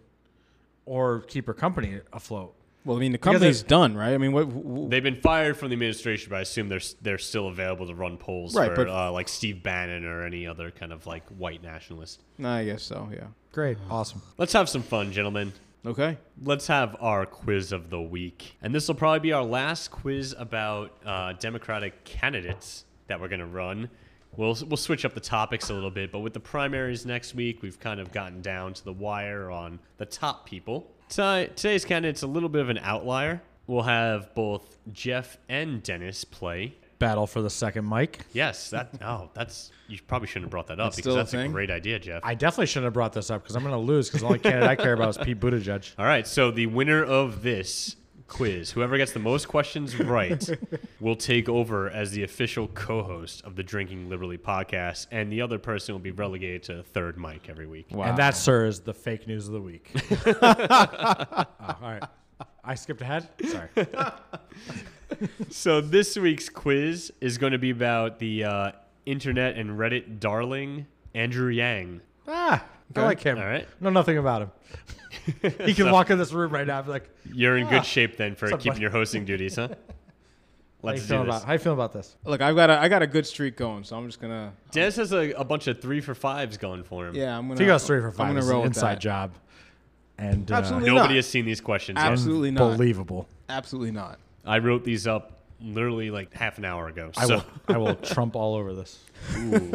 B: or keep her company afloat.
C: Well, I mean, the
B: Because
C: company's
B: it-
C: done, right? I mean, what? wh-
A: They've been fired from the administration, but I assume they're s- they're still available to run polls
C: Right,
A: for
C: but-
A: uh, like Steve Bannon or any other kind of like white nationalist.
C: wh- nah, I guess so. Yeah.
B: Great, awesome.
A: Let's have some fun, gentlemen.
C: Okay.
A: Let's have our quiz of the week, and this will probably be our last quiz about uh, Democratic candidates that we're going to run. We'll we'll switch up the topics a little bit, but with the primaries next week, we've kind of gotten down to the wire on the top people. Ti- Today's candidate's a little bit of an outlier. We'll have both Jeff and Dennis play.
B: Battle for the second mic.
A: Yes, that. Oh, that's. You probably shouldn't have brought that up
C: That's
A: because
C: still a
A: that's a
C: thing?
A: great idea, Jeff.
B: I definitely shouldn't have brought this up because I'm going to lose because the only candidate I care about is Pete Buttigieg.
A: All right, so the winner of this quiz, whoever gets the most questions right, will take over as the official co-host of the Drinking Liberally podcast, and the other person will be relegated to third mic every week.
C: Wow.
B: And that, sir, is the fake news of the week. Oh, all right. I skipped ahead. Sorry.
A: So this week's quiz is going to be about the uh, internet and Reddit darling Andrew Yang.
B: Ah, I like him.
A: All right.
B: Know nothing about him. he can
A: So-
B: walk in this room right now. and be like,
A: You're in
B: Ah.
A: good shape then for
B: What's up,
A: keeping
B: bud?
A: your hosting duties, huh?
B: how you
A: Let's
B: feeling
A: do this.
B: about? How you feeling about this?
C: Look, I've got a, I got a good streak going, so I'm just gonna.
A: Dennis has a, a bunch of three for fives going for him.
C: Yeah, I'm gonna.
B: If he goes three for
C: I'm
B: five,
C: gonna
B: it's
C: roll
B: an
C: with
B: inside
C: that.
B: job, and uh,
C: Absolutely.
A: Nobody
C: not.
A: has seen these questions yet.
C: Absolutely not.
B: believable.
C: Absolutely not.
A: I wrote these up literally like half an hour ago.
B: I
A: So
B: will. I will trump all over this.
A: Ooh.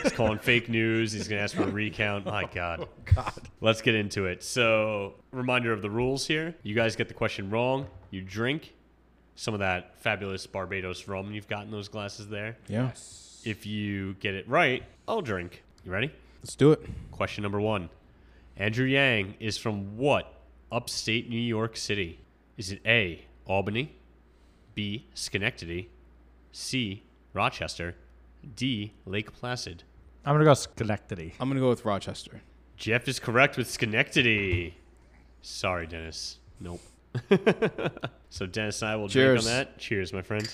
A: he's calling fake news. He's gonna ask for a recount. My God.
B: Oh, God.
A: Let's get into it. So, reminder of the rules here. You guys get the question wrong. You drink some of that fabulous Barbados rum you've got in those glasses there.
C: Yeah.
A: If you get it right, I'll drink. You ready?
C: Let's do it.
A: Question number one Andrew Yang is from what upstate New York City? Is it A, Albany, B, Schenectady, C, Rochester, D, Lake Placid?
B: I'm gonna go Schenectady.
C: I'm gonna go with Rochester.
A: Jeff is correct with Schenectady. Sorry, Dennis. Nope. so Dennis and I will
C: Cheers.
A: drink on that. Cheers, my friend.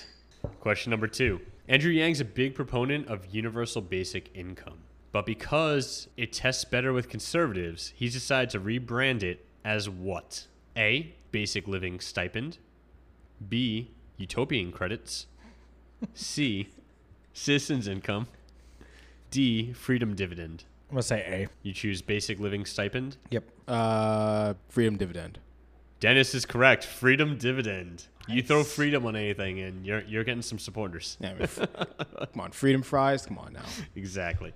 A: Question number two. Andrew Yang's a big proponent of universal basic income, but because it tests better with conservatives, he's decided to rebrand it as what? A. Basic living stipend. B. Utopian credits. C. Citizens income. D. Freedom dividend.
B: I'm gonna say
A: You choose basic living stipend.
B: A. Yep.
C: Uh, Freedom Dividend.
A: Dennis is correct. Freedom dividend. You throw freedom on anything, and you're you're getting some supporters.
C: Yeah, I mean, f- come on, Freedom Fries. Come on now.
A: Exactly.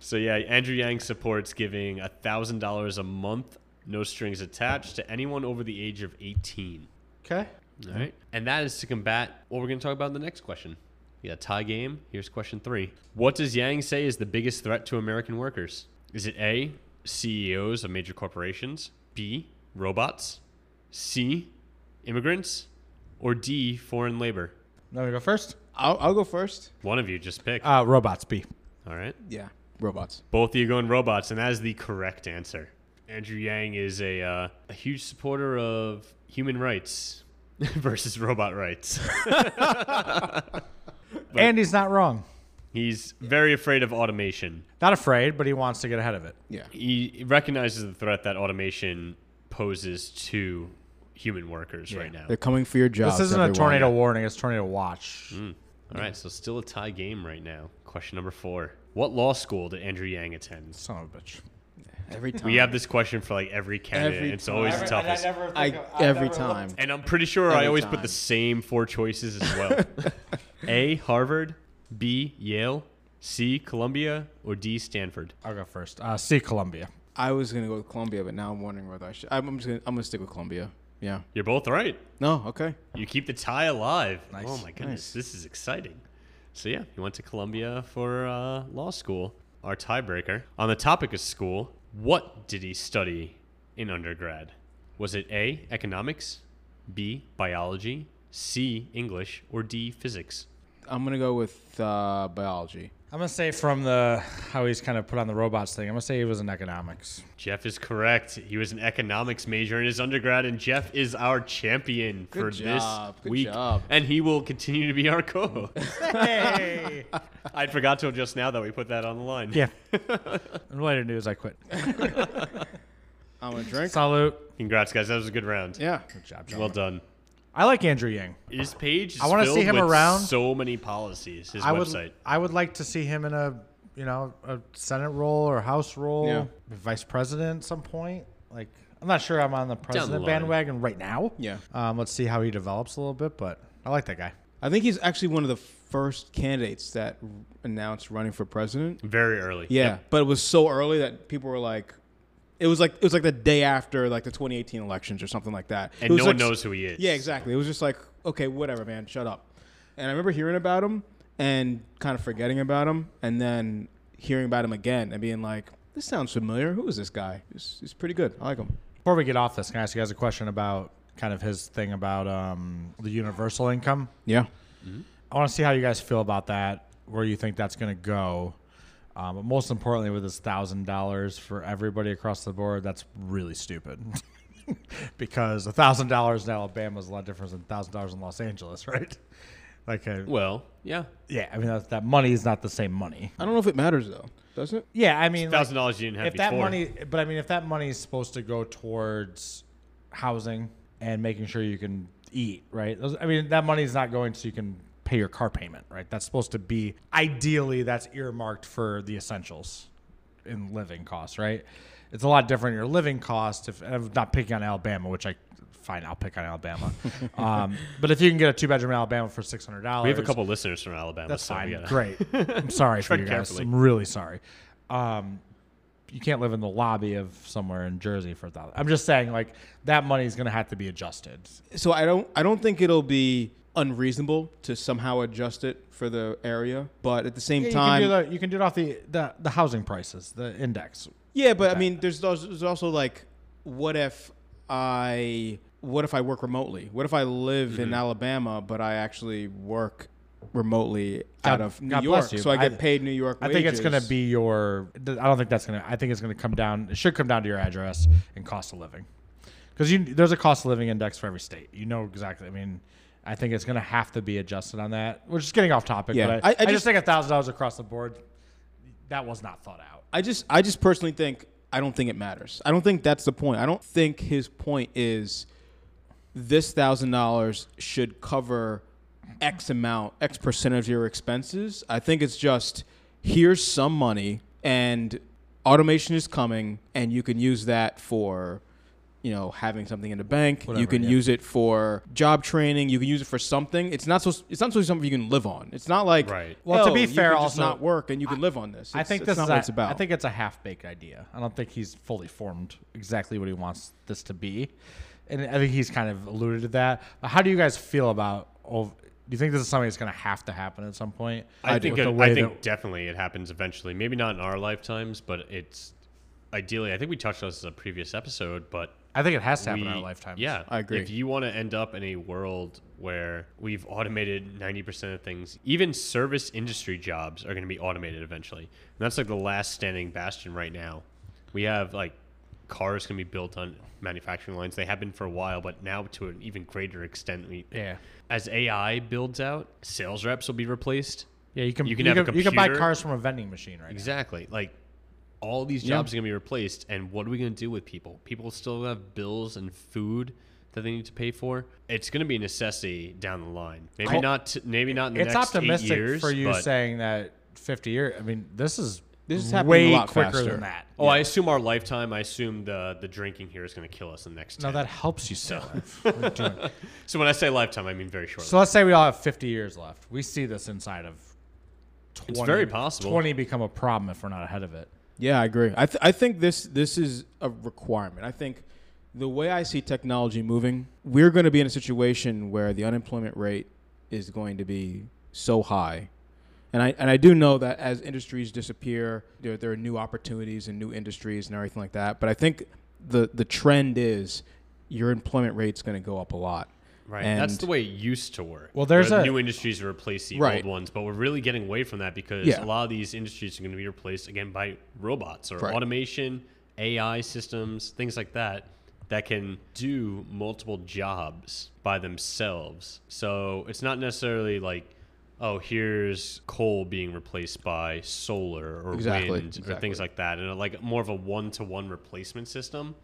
A: so yeah, Andrew Yang supports giving thousand dollars a month, no strings attached, to anyone over the age of eighteen.
B: Okay.
A: All right, and that is to combat what we're going to talk about in the next question. Yeah, tie game. Here's question three. What does Yang say is the biggest threat to American workers? Is it A, CEOs of major corporations, B, robots, C, immigrants, or D, foreign labor?
B: Let me go first.
C: I'll, I'll go first.
A: One of you just pick.
B: Uh, robots B.
A: All right.
C: Yeah, robots.
A: Both of you going robots, and that is the correct answer. Andrew Yang is a, uh, a huge supporter of human rights versus robot rights.
B: and he's not wrong.
A: He's very afraid of automation.
B: Not afraid, but he wants to get ahead of it.
C: Yeah.
A: He recognizes the threat that automation poses to human workers right now.
C: They're coming for your jobs.
B: This isn't a
C: everyone.
B: tornado warning. It's tornado watch.
A: Hmm. All right, so still a tie game right now. Question number four What law school did Andrew Yang attend?
B: Son of a bitch.
C: Every time.
A: We have this question for like every candidate.
C: Every
A: it's
C: time.
A: always the toughest. And,
B: never
C: I, every time.
A: I, am pretty sure I
C: Every
A: always put
C: time.
A: the same four choices as well A, Harvard, B, Yale, C, Columbia, or D, Stanford.
B: I'll go first. Uh, C. Columbia.
C: I was gonna go with Columbia, but now I'm wondering whether I should. I'm I'm just gonna. I'm gonna stick with Columbia. Yeah.
A: You're both right.
C: No. Okay.
A: You keep the tie alive.
B: Nice.
A: Oh my goodness, this is exciting. So yeah, he went to Columbia for uh, law school. our tiebreaker. On the topic of school, what did he study in undergrad? Was it A, economics, B, biology, C, English, or D, physics?
C: I'm gonna go with uh, biology.
B: I'm gonna say from the how he's kind of put on the robots thing. I'm gonna say he was in economics.
A: Jeff is correct. He was an economics major in his undergrad, and Jeff is our champion for
C: job.
A: this
C: Good
A: week.
C: job.
A: And he will continue to be our co host.
B: Hey.
A: I forgot till just now that we put that on the line.
B: yeah. In later news, I quit.
C: I'm gonna drink.
B: Salute.
A: Congrats, guys. That was a good round.
C: Yeah.
B: Good job, John.
A: Well done.
B: I like Andrew Yang.
A: His page is
B: I wanna see
A: filled
B: him
A: with
B: around.
A: so many policies. His
B: I would.
A: website.
B: I would like to see him in a you know a Senate role or House role,
C: Yeah.
B: vice president at some point. Like I'm not sure I'm on the president
A: line.
B: bandwagon right now.
C: Yeah.
B: Um, let's see how he develops a little bit, but I like that guy.
C: I think he's actually one of the first candidates that r- announced running for president.
A: Very early.
C: Yeah, but it was so early that people were like, it was like it was like the day after like the 2018 elections or something like that. It
A: And
C: was
A: no
C: like-
A: one knows who he is.
C: Yeah, exactly. It was just like, okay, whatever, man, shut up. And I remember hearing about him and kind of forgetting about him, and then hearing about him again and being like, this sounds familiar. Who is this guy? He's, he's pretty good. I like him.
B: Before we get off this, can I ask you guys a question about kind of his thing about um, the universal income?
C: Yeah.
B: I want to see how you guys feel about that, where you think that's going to go. Um, but most importantly, with this thousand dollars for everybody across the board, that's really stupid. because a thousand dollars in Alabama is a lot different than thousand dollars in Los Angeles, right? Like, uh,
A: Well, yeah.
B: yeah, I mean that, that money is not the same money.
C: I don't know if it matters though, does it?
B: Yeah, I mean, like,
A: Thousand dollars you didn't have
B: if
A: before.
B: that money, but I mean, if that money is supposed to go towards housing and making sure you can eat, right? Those- I mean, that money is not going so you can pay your car payment, right? That's supposed to be ideally that's earmarked for the essentials in living costs, right? It's a lot different. Your living costs, if and I'm not picking on Alabama, which I fine, I'll pick on Alabama. um, but if you can get a two bedroom in Alabama for six hundred dollars,
A: we have a couple listeners from Alabama.
B: that's
A: so we
B: fine.
A: gotta-
B: Great. I'm sorry for
A: Tread
B: you guys.
A: carefully.
B: I'm really sorry. Um, you can't live in the lobby of somewhere in Jersey for a thousand. I'm just saying, like that money is going to have to be adjusted.
C: So I don't I don't think it'll be unreasonable to somehow adjust it for the area, but at the same
B: You can,
C: time,
B: do the, you can do it off the, the the housing prices, the index.
C: Yeah, but I mean, there's those- there's also like, what if I what if I work remotely? What if I live
B: Mm-hmm.
C: in Alabama, but I actually work remotely out
B: God-
C: of New
B: God
C: York,
B: bless you.
C: so I get
B: I-
C: paid New York.
B: I think it's going to
C: wages?
B: be your. I don't think that's going to. I think it's going to come down. It should come down to your address and cost of living, because you there's a cost of living index for every state. You know exactly. I mean, I think it's going to have to be adjusted on that. We're just getting off topic.
C: Yeah.
B: but
C: I-
B: I,
C: I
B: I, just,
C: just-
B: think a thousand dollars across the board. That was not thought out.
C: I just I just personally think I don't think it matters. I don't think that's the point. I don't think his point is this thousand dollars should cover X amount, X percent of your expenses. I think it's just here's some money and automation is coming and you can use that for you know having something in the bank you can
B: yeah.
C: use it for job training you can use it for something it's not so it's not supposed to be something you can live on it's not like
A: Right.
B: Well, to
C: "Oh,
B: be
C: you
B: fair,
C: can just
B: also-
C: not work and you can live on this
B: I
C: It's-
B: think
C: it's
B: this
C: not
B: is.
C: what
B: a-
C: it's about
B: I think it's a half baked idea. I don't think he's fully formed exactly what he wants this to be, and I think he's kind of alluded to that. But how do you guys feel about? ov- Do you think this is something that's going to have to happen at some point?
A: I,
B: With
A: think
B: the
A: it,
B: way
A: I think
B: that-
A: definitely it happens eventually. Maybe not in our lifetimes, but it's ideally. I think we touched on this in a previous episode, but
B: I think it has to happen in
A: we-
B: our lifetime.
A: Yeah,
C: I agree.
A: If you want to end up in a world where we've automated ninety percent of things, even service industry jobs are going to be automated eventually. And that's like the last standing bastion right now. We have like cars can be built on manufacturing lines. They have been for a while, but now to an even greater extent. We,
B: Yeah.
A: As AI builds out, sales reps will be replaced.
B: Yeah, you can
A: You can have a
B: you can buy
A: computer.
B: cars from a vending machine right now.
A: Exactly. Like all these
C: Yeah.
A: jobs are going to be replaced and what are we going to do with people? People still have bills and food that they need to pay for. It's going to be a necessity down the line. Maybe
B: Oh.
A: not t- maybe not in the
B: It's
A: next
B: optimistic
A: eight years,
B: for you
A: but-
B: saying that 50 years. I mean, this is
C: This is happening
B: way
C: a lot
B: quicker
C: faster.
B: than that.
A: Oh, I assume our lifetime, I assume the the drinking here is going to kill us in the next
B: Now
A: 10.
B: that helps you so.
A: So when I say lifetime, I mean very shortly.
B: so let's say we all have 50 years left. We see this inside of 20.
A: very possible.
B: 20 become a problem if we're not ahead of it.
C: Yeah, I agree. I, th- I think this this is a requirement. I think the way I see technology moving, we're going to be in a situation where the unemployment rate is going to be so high And I, and I do know that as industries disappear, there, there are new opportunities and new industries and everything like that. But I think the, the trend is your employment rate's going to go up a lot.
A: Right.
C: And
A: That's the way it used to work.
B: Well, there's
A: where
B: a-
A: new industries replace the
C: Right.
A: old ones, but we're really getting away from that because
C: Yeah.
A: a lot of these industries are going to be replaced again by robots or
C: Right.
A: automation, AI systems, things like that that can do multiple jobs by themselves. So it's not necessarily like oh here's coal being replaced by solar or
C: Exactly.
A: wind or
C: Exactly.
A: things like that and uh, like more of a one-to-one replacement system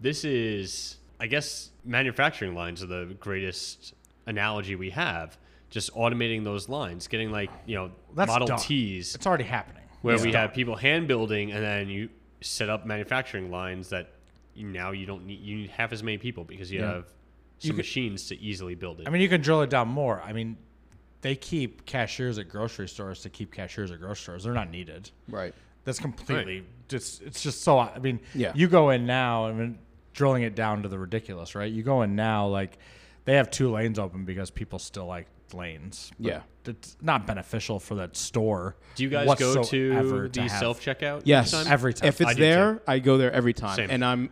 A: this is i guess manufacturing lines are the greatest analogy we have just automating those lines getting like you know
B: That's
A: model
B: done.
A: t's
B: It's already happening.
A: where we
B: Yeah.
A: have people hand building and then you set up manufacturing lines that you- now you don't need you need half as many people because you
C: Yeah.
A: have some machines to easily build it
B: I mean, you can drill it down more. I mean, they keep cashiers at grocery stores to keep cashiers at grocery stores. They're not needed.
C: Right.
B: That's completely just. It's just so. I mean,
C: Yeah.
B: You go in now. I mean, drilling it down to the ridiculous, right? You go in now, like they have two lanes open because people still like lanes. but
C: Yeah.
B: it's not beneficial for that store.
A: do you guys go
B: whatsoever
A: to the
B: have-
A: self checkout
C: Yes.
B: Every time.
C: If it's
A: I do
C: there, I go there every time.
A: Same.
C: And I'm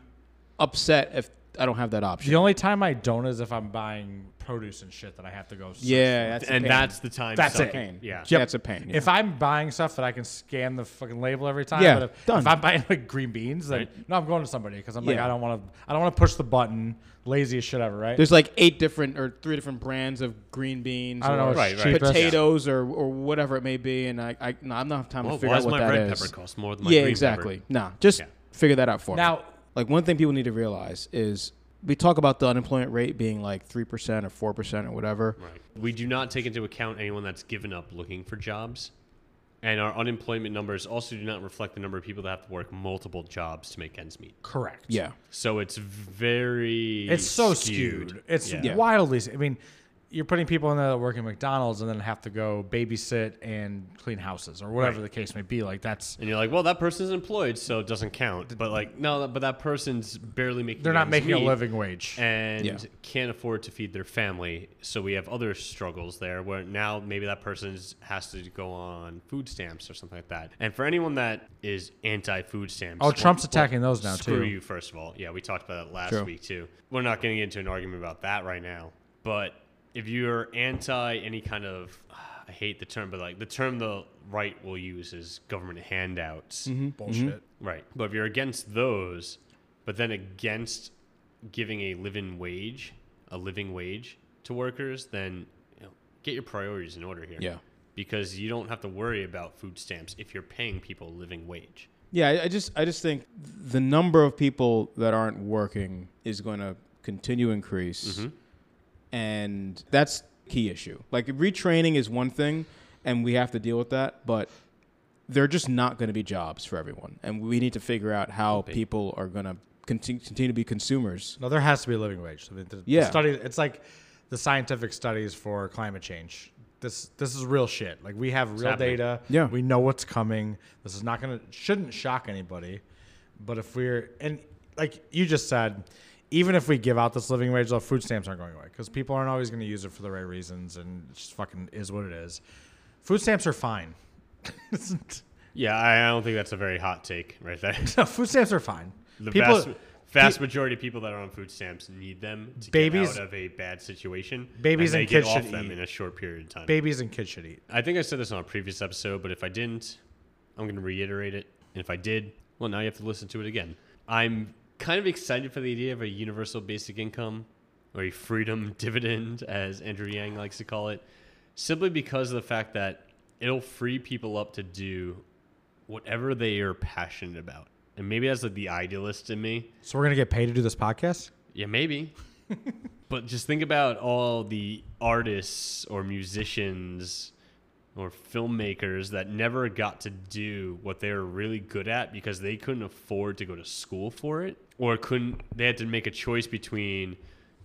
C: upset if I don't have that option.
B: The only time I don't is if I'm buying produce and shit that I have to go. search
C: Yeah, that's a
A: and
C: pain.
A: that's the time
B: That's
A: suck.
B: it.
C: pain.
A: yeah
B: Yep.
C: that's a pain. yeah.
B: If I'm buying stuff that I can scan the fucking label every time,
C: Yeah,
B: but if,
C: done.
B: if I'm buying like green beans, then no, I'm going to somebody because I'm like,
C: Yeah.
B: I don't want to, I don't want to push the button. Laziest shit ever, right?
C: There's like eight different or three different brands of green beans
B: I don't know
C: or
B: what's
A: Right, right.
B: cheapest.
C: potatoes or, or whatever it may be, and I I no, I'm not have time
A: Well,
C: to
A: Oh,
C: figure
A: why
C: out
A: does
C: what
A: my
C: that
A: red
C: is.
A: pepper cost more than my
C: yeah,
A: green
C: exactly.
A: pepper?
C: Nah, just
A: Yeah.
C: figure that out for me.
B: Now,
C: Like one thing people need to realize is we talk about the unemployment rate being like three percent or four percent or whatever.
A: Right. We do not take into account anyone that's given up looking for jobs. And our unemployment numbers also do not reflect the number of people that have to work multiple jobs to make ends meet.
B: correct.
C: Yeah,
A: So it's very
B: it's so skewed. It's
A: Yeah.
C: Yeah.
B: wildly. s- I mean, you're putting people in there that work at McDonald's and then have to go babysit and clean houses or whatever
A: Right.
B: the case may be. Like that's
A: And you're like, well, that person's employed, so it doesn't count. But like, no, but that person's barely making.
B: they're not
A: ends
B: making a
A: meet.
B: living wage.
A: and
C: Yeah.
A: can't afford to feed their family. So we have other struggles there where now maybe that person has to go on food stamps or something like that. And for anyone that is anti food stamps,
B: Oh, Trump's attacking those now,
A: screw
B: too.
A: you, first of all. Yeah, we talked about that last
C: True.
A: week too. We're not going to get into an argument about that right now. But if you're anti any kind of, I hate the term, but like the term the right will use is government handouts.
B: Mm-hmm. Bullshit.
A: Right. But if you're against those, but then against giving a living wage, a living wage to workers, then you know, get your priorities in order here.
C: Yeah.
A: Because you don't have to worry about food stamps if you're paying people a living wage.
C: yeah. I, I just I just think the number of people that aren't working is going to continue increase. and that's key issue. Like retraining is one thing, and we have to deal with that, but they're just not going to be jobs for everyone, and we need to figure out how people are going to continue, continue to be consumers.
B: No, there has to be a living wage. I mean, the, the
C: Yeah.
B: study it's like the scientific studies for climate change. This this is real shit. Like we have real
A: happening.
B: data.
C: Yeah.
B: we know what's coming. This is not gonna shouldn't shock anybody. But if we're and like you just said, even if we give out this living wage, though, food stamps aren't going away because people aren't always going to use it for the right reasons, and it just fucking is what it is. Food stamps are fine.
A: Yeah, I I don't think that's a very hot take right there.
B: no, food stamps are fine.
A: The vast, vast majority of people that are on food stamps need them to
B: Babies-
A: get out of a bad situation.
B: Babies
A: and they
B: and
A: get
B: kids
A: off
B: should
A: them
B: eat.
A: in a short period of time.
B: babies and kids should eat.
A: I think I said this on a previous episode, but if I didn't, I'm going to reiterate it. And if I did, well, now you have to listen to it again. I'm kind of excited for the idea of a universal basic income or a freedom dividend, as Andrew Yang likes to call it, simply because of the fact that it'll free people up to do whatever they are passionate about. And maybe that's like the idealist in me.
B: So we're gonna get paid to do this podcast.
A: Yeah, maybe. but just think about all the artists or musicians or filmmakers that never got to do what they were really good at because they couldn't afford to go to school for it or couldn't they had to make a choice between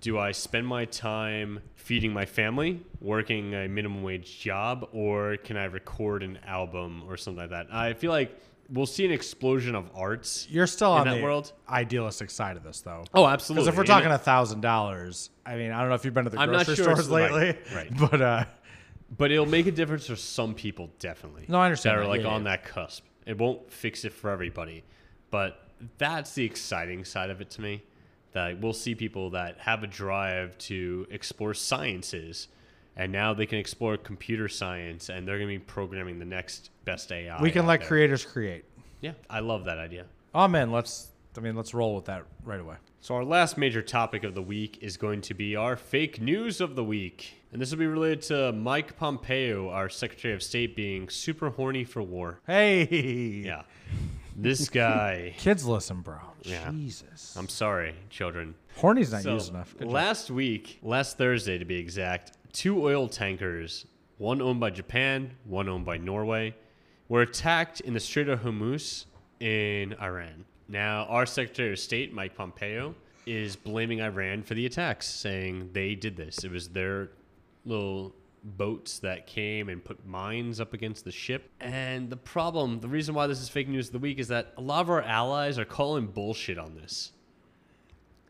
A: do I spend my time feeding my family, working a minimum wage job, or can I record an album or something like that? I feel like we'll see an explosion of arts.
B: You're still
A: In
B: on
A: that
B: the
A: world?
B: idealistic side of this, though.
A: Oh, absolutely.
B: Because if we're
A: And
B: talking
A: it-
B: a thousand dollars, I mean, I don't know if you've been to the
A: I'm not
B: grocery
A: sure
B: stores
A: it's the-
B: lately,
A: right,
B: but uh,
A: but it'll make a difference for some people definitely.
B: No, I understand
A: That are
B: that.
A: like
B: Yeah,
A: on
B: yeah.
A: that cusp. It won't fix it for everybody, but that's the exciting side of it to me. That we'll see people that have a drive to explore sciences, and now they can explore computer science, and they're going to be programming the next best AI.
B: we can
A: out
B: let
A: there.
B: creators create.
A: Yeah, I love that idea.
B: Amen. Let's. I mean, let's roll with that right away.
A: So, our last major topic of the week is going to be our fake news of the week. And this will be related to Mike Pompeo, our Secretary of State, being super horny for war.
B: Hey.
A: Yeah. This guy.
B: Kids, listen, bro.
A: Yeah.
B: Jesus.
A: I'm sorry, children.
B: Horny's not
A: So,
B: used enough. Good job.
A: last week, last Thursday to be exact, two oil tankers, one owned by Japan, one owned by Norway, were attacked in the Strait of Hormuz in Iran. Now, our Secretary of State, Mike Pompeo, is blaming Iran for the attacks, saying they did this. It was their little boats that came and put mines up against the ship. And the problem, the reason why this is fake news of the week is that a lot of our allies are calling bullshit on this.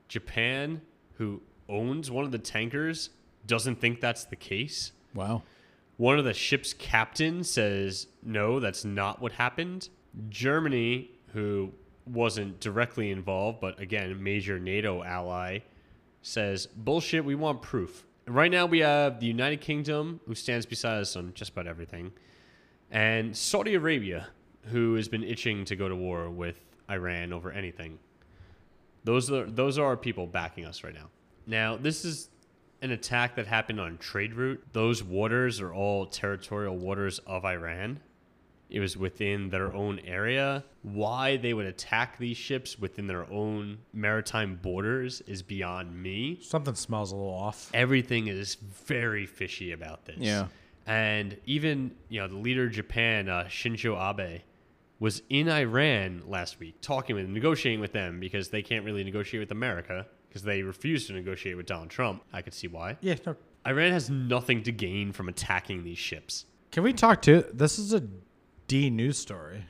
A: Japan, who owns one of the tankers, doesn't think that's the case.
C: Wow.
A: One of the ship's captain says, no, that's not what happened. Germany, who wasn't directly involved, but again, a major NATO ally, says, bullshit, we want proof. Right now, we have the United Kingdom, who stands beside us on just about everything, and Saudi Arabia, who has been itching to go to war with Iran over anything. Those are those are our people backing us right now. Now, this is an attack that happened on trade route. Those waters are all territorial waters of Iran. It was within their own area. Why they would attack these ships within their own maritime borders is beyond me.
B: Something smells a little
A: Eh.
B: off.
A: Everything is very fishy about this.
C: Yeah.
A: And even, you know, the leader of Japan, uh, Shinzo Abe, was in Iran last week talking with them, negotiating with them because they can't really negotiate with America because they refuse to negotiate with Donald Trump. I could see why.
B: Yeah. No.
A: Iran has nothing to gain from attacking these ships.
B: Can we talk to? This is a D news story,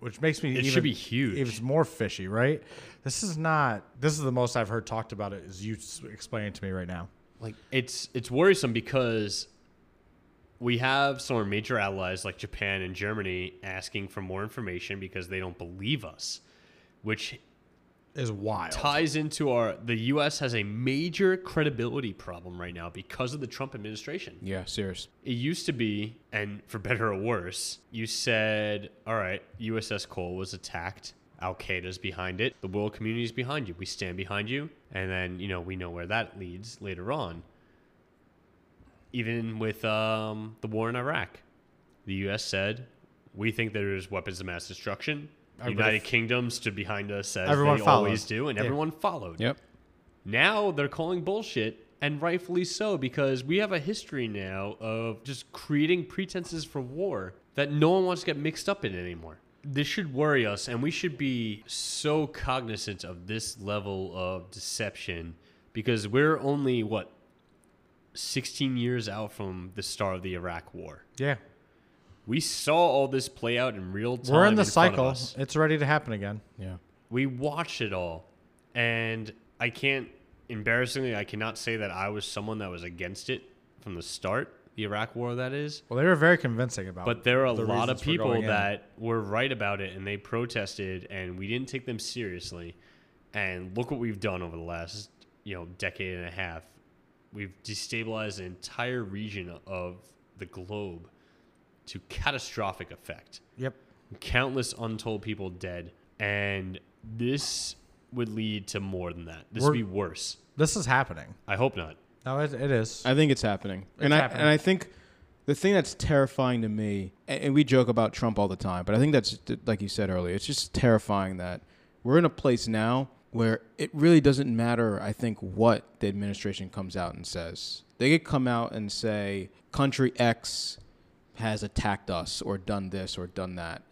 B: which makes me.
A: It
B: even,
A: should be huge.
B: It's more fishy, right? This is not. This is the most I've heard talked about it. Is you s- explaining to me right now?
A: Like it's it's worrisome because we have some of our major allies like Japan and Germany asking for more information because they don't believe us, which
B: Is wild.
A: ties into our the US has a major credibility problem right now because of the Trump administration.
C: Yeah, serious.
A: It used to be, and for better or worse, you said, all right, USS Cole was attacked. Al Qaeda's behind it. The world community's behind you. We stand behind you. And then, you know, we know where that leads later on. Even with um, the war in Iraq, the U.S. said, we think there's weapons of mass destruction.
B: Everybody
A: United
B: f-
A: Kingdom stood behind us as
B: Everyone
A: they
B: followed.
A: always do, and
B: Yeah.
A: everyone followed.
C: Yep.
A: Now they're calling bullshit, and rightfully so, because we have a history now of just creating pretenses for war that no one wants to get mixed up in anymore. This should worry us, and we should be so cognizant of this level of deception because we're only, what, 16 years out from the start of the Iraq War.
B: Yeah.
A: We saw all this play out in real time.
B: We're in the
A: front of
B: cycle.
A: us
B: It's ready to happen again.
C: Yeah.
A: we watched it all and i can't embarrassingly i cannot say that i was someone that was against it from the start the iraq war that is
B: Well, they were very convincing about.
A: but there are a
B: the
A: lot of
B: reasons we're
A: people
B: going in.
A: that were right about it and they protested and we didn't take them seriously and look what we've done over the last you know decade and a half we've destabilized an entire region of the globe to catastrophic effect
B: Yep.
A: countless untold people dead, and this would lead to more than that. This would
B: We're-
A: be worse.
B: This is happening.
A: I hope not.
B: No, it, it is.
C: I think it's happening. and I
B: happening.
C: and I think the thing that's terrifying to me, and, and we joke about Trump all the time, but I think that's like you said earlier. It's just terrifying that we're in a place now where it really doesn't matter. I think what the administration comes out and says, they could come out and say country X has attacked us or done this or done that.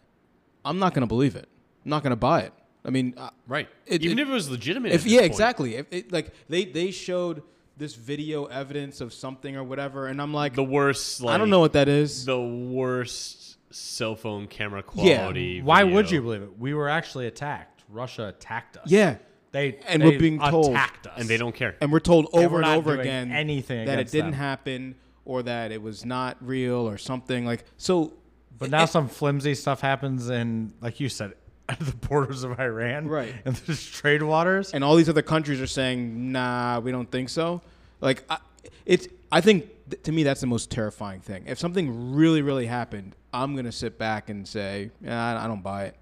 C: I'm not going to believe it. I'm not going to buy it. I mean, I-
A: Right.
C: It-
A: Even
C: it-
A: if it was legitimate. at
C: if
A: this
C: yeah
A: point.
C: exactly if it, like they they showed this video evidence of something or whatever and i'm like
A: The worst. Like,
C: i don't know what that is
A: The worst cell phone camera quality.
B: Why would you
A: video.
B: believe it? We were actually attacked. Russia attacked us.
C: yeah
B: They
C: And
B: they
C: we're being told.
B: attacked us,
A: And they don't care.
C: and we're told over
B: we're
C: and
B: not
C: over
B: doing
C: again
B: anything
C: that it
B: against
C: didn't
B: them.
C: happen or that it was not real or something like so
B: But now some flimsy stuff happens in, like you said, at the borders of Iran,
C: Right.
B: And there's trade waters.
C: and all these other countries are saying, "Nah, we don't think so." Like, I, it's. I think th- to me that's the most terrifying thing. If something really, really happened, I'm gonna sit back and say, "Nah, I- "I don't buy it."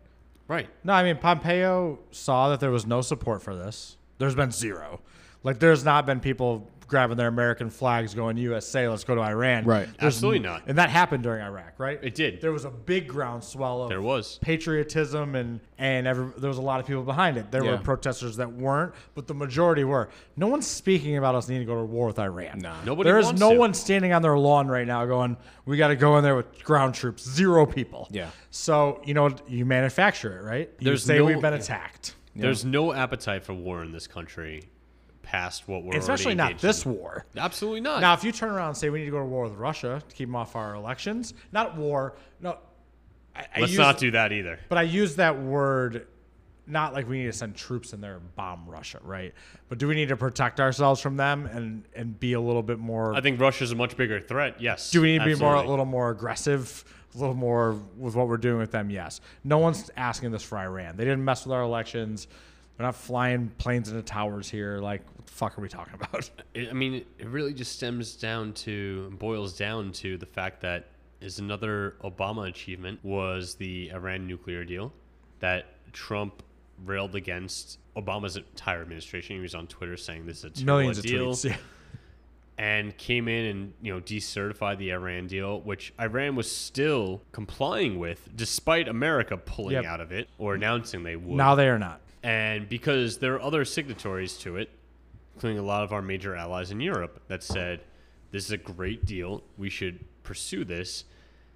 A: Right.
B: No, I mean Pompeo saw that there was no support for this. There's been zero. Like there's not been people grabbing their American flags going USA, let's go to Iran.
C: Right.
B: There's-
A: Absolutely not.
B: And that happened during Iraq, right?
A: It did.
B: There was a big groundswell of
A: There was.
B: patriotism and and every, there was a lot of people behind it. There
C: Yeah.
B: were protesters that weren't, but the majority were. No one's speaking about us needing to go to war with Iran.
C: Nah.
A: Nobody
B: There is
A: wants
B: no
A: to.
B: one standing on their lawn right now going, "We got to go in there with ground troops." Zero people.
C: Yeah.
B: So you know you manufacture it, right? You
A: There's
B: say
A: no-
B: we've been
A: yeah.
B: attacked,
A: There's no appetite for war in this country past what we're
B: especially
A: already
B: not
A: engaged
B: this war.
A: in. Absolutely not.
B: Now, if you turn around and say we need to go to war with Russia to keep them off our elections, not war. No, I, I
A: Let's
B: use-
A: not do that either.
B: But I use that word not like we need to send troops in there and bomb Russia, right? But do we need to protect ourselves from them and and be a little bit more?
A: I think Russia's a much bigger threat. Yes.
B: do we need to be more a
A: absolutely.
B: little more aggressive, a little more with what we're doing with them? Yes. No one's asking this for Iran. They didn't mess with our elections. They're not flying planes into towers here. Like, what the fuck are we talking about?
A: It, I mean, it really just stems down to, boils down to the fact that is another Obama achievement was the Iran nuclear deal that Trump railed against Obama's entire administration. He was on Twitter saying this is a terrible
B: Millions of
A: deal
B: tweets. Yeah.
A: and came in and you know decertified the Iran deal, which Iran was still complying with despite America pulling
B: Yep.
A: out of it or announcing they would.
B: Now they are not.
A: and because there are other signatories to it, including a lot of our major allies in Europe, that said this is a great deal, we should pursue this,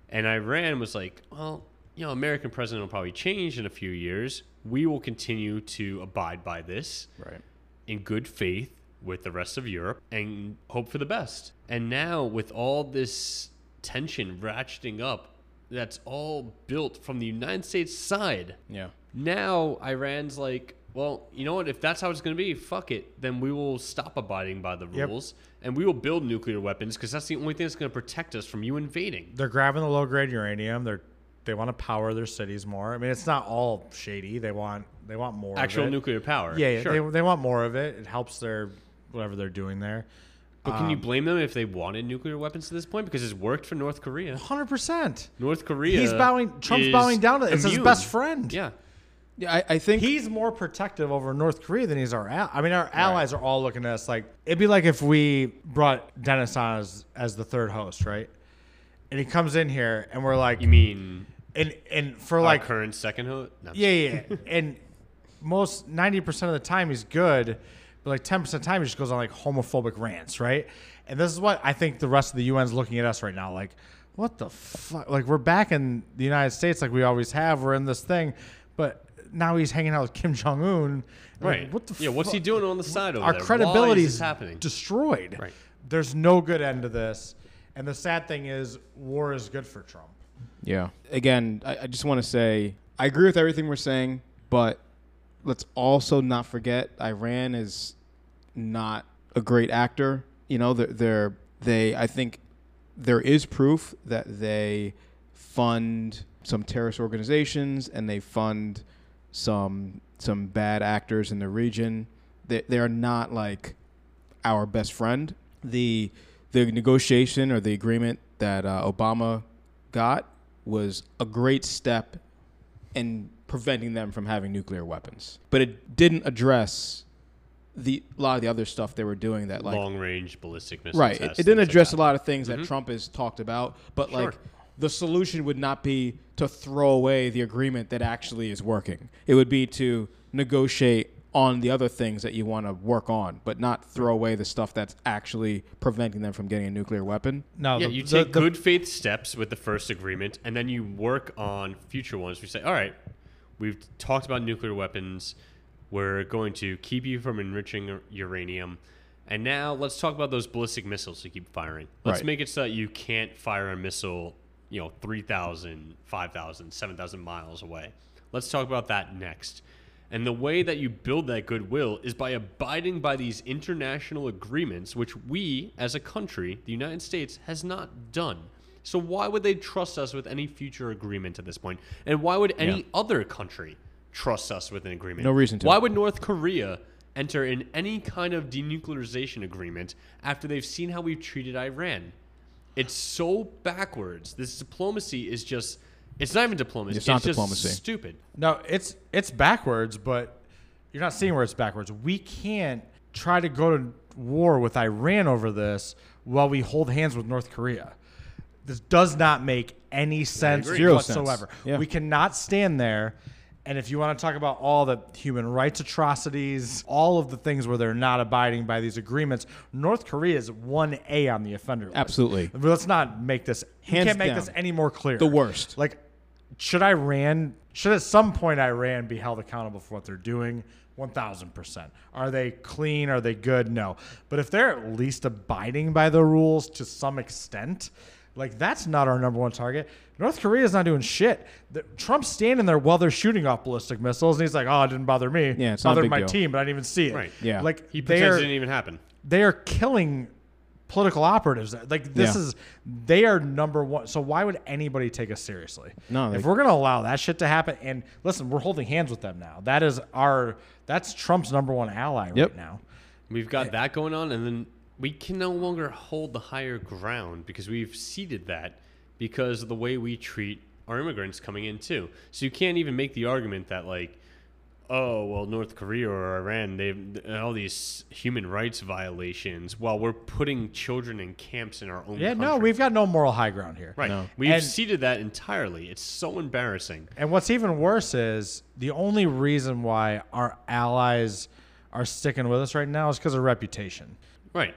A: and Iran was like, well, you know, American president will probably change in a few years. We will continue to abide by this
C: Right.
A: in good faith with the rest of Europe and hope for the best. And now, with all this tension ratcheting up, that's all built from the United States side.
C: Yeah.
A: Now, Iran's like, well, you know what? If that's how it's going to be, fuck it. Then we will stop abiding by the
B: Yep.
A: rules and we will build nuclear weapons because that's the only thing that's going to protect us from you invading.
B: they're grabbing the low grade uranium. They're they want to power their cities more. I mean, it's not all shady. They want they want more
A: Actual
B: of it.
A: nuclear power.
B: Yeah, yeah
A: sure.
B: they, they want more of it. It helps their whatever they're doing there.
A: but
B: um,
A: can you blame them if they wanted nuclear weapons to this point? Because it's worked for North Korea.
B: Hundred percent.
A: North Korea.
B: He's bowing. Trump's
A: is
B: bowing down to it. It's his
A: immune.
B: best friend.
A: Yeah.
C: Yeah, I, I think
B: He's more protective over North Korea than he's our. Al- I mean, our allies are all looking at us like it'd be like if we brought Dennis on as, as the third host, right? And he comes in here, and we're like,
A: You mean
B: and and for
A: like
B: like
A: current second host? No.
B: Yeah, yeah. yeah. and most ninety percent of the time he's good, but like ten percent of the time he just goes on like homophobic rants, right? And this is what I think the rest of the UN's looking at us right now, like, what the fuck? Like we're back in the United States, like we always have. We're in this thing, but now he's hanging out with Kim Jong Un.
A: Right.
B: what the?
A: Yeah. What's he
B: fuck?
A: doing on the side over
B: Our
A: there?
B: credibility
A: Why is this happening.
B: destroyed.
A: Right.
B: There's no good end to this, and the sad thing is, war is good for Trump.
C: Yeah. Again, I, I just want to say I agree with everything we're saying, but let's also not forget Iran is not a great actor. You know, they're, they're they. I think there is proof that they fund some terrorist organizations and they fund some some bad actors in the region. They they are not like our best friend. The the negotiation or the agreement that uh, Obama got was a great step in preventing them from having nuclear weapons, but it didn't address the a lot of the other stuff they were doing that like
A: Long range ballistic missile.
C: right. It,
A: tests,
C: it
A: things
C: didn't
A: like
C: address
A: that.
C: a lot of things that Trump has talked about, but
A: Sure.
C: like the solution would not be to throw away the agreement that actually is working. It would be to negotiate on the other things that you want to work on, but not throw away the stuff that's actually preventing them from getting a nuclear weapon.
B: No,
A: Yeah,
B: the-
A: you
B: the-
A: take
B: the-
A: good faith steps with the first agreement, and then you work on future ones. We say, all right, we've talked about nuclear weapons. We're going to keep you from enriching u- uranium. And now let's talk about those ballistic missiles you keep firing. Let's
C: Right.
A: make it so that you can't fire a missile, you know, 3,000, 5,000, 7,000 miles away. Let's talk about that next. And the way that you build that goodwill is by abiding by these international agreements, which we, as a country, the United States, has not done. So why would they trust us with any future agreement at this point? And why would any
B: Yeah.
A: other country trust us with an agreement?
C: No reason to.
A: Why would North Korea enter in any kind of denuclearization agreement after they've seen how we've treated Iran? It's so backwards. This diplomacy is just. It's not even diplomacy.
C: It's not
A: just
C: diplomacy.
A: Stupid.
B: No, it's it's backwards, but you're not seeing where it's backwards. We can't try to go to war with Iran over this while we hold hands with North Korea. This does not make any sense
A: agree.
C: Zero sense.
B: whatsoever.
C: Yeah.
B: We cannot stand there. And if you want to talk about all the human rights atrocities, all of the things where they're not abiding by these agreements, North Korea is 1A on the offender list.
C: Absolutely.
B: Let's not make this, we
C: Hands
B: can't make
C: down.
B: this any more clear.
C: The worst.
B: Like, should Iran, should at some point Iran be held accountable for what they're doing? 1000%. Are they clean? Are they good? No. But if they're at least abiding by the rules to some extent, like that's not our number one target. North Korea is not doing shit. The, Trump's standing there while they're shooting off ballistic missiles, and he's like, "Oh, it didn't bother me.
C: Yeah, it's not a
B: bothered
C: big
B: my
C: deal."
B: team, but I didn't even see it."
A: Right.
C: Yeah.
B: like
A: He
B: they
A: pretends
B: are
A: it didn't even happen.
B: they are killing political operatives. Like this
C: Yeah.
B: is they are number one. So why would anybody take us seriously?
C: No,
B: if
C: they-
B: we're gonna allow that shit to happen, and listen, we're holding hands with them now. That is our that's Trump's number one ally
C: Yep.
B: right now.
A: We've
B: Eh.
A: got that going on, and then we can no longer hold the higher ground because we've ceded that because of the way we treat our immigrants coming in too. So you can't even make the argument that like, oh well, North Korea or Iran, they've all these human rights violations while we're putting children in camps in our own.
B: Yeah, no,
A: country.
B: we've got no moral high ground here.
A: right.
C: No.
A: We've
B: And-
A: ceded that entirely. It's so embarrassing.
B: And what's even worse is the only reason why our allies are sticking with us right now is because of reputation.
A: Right.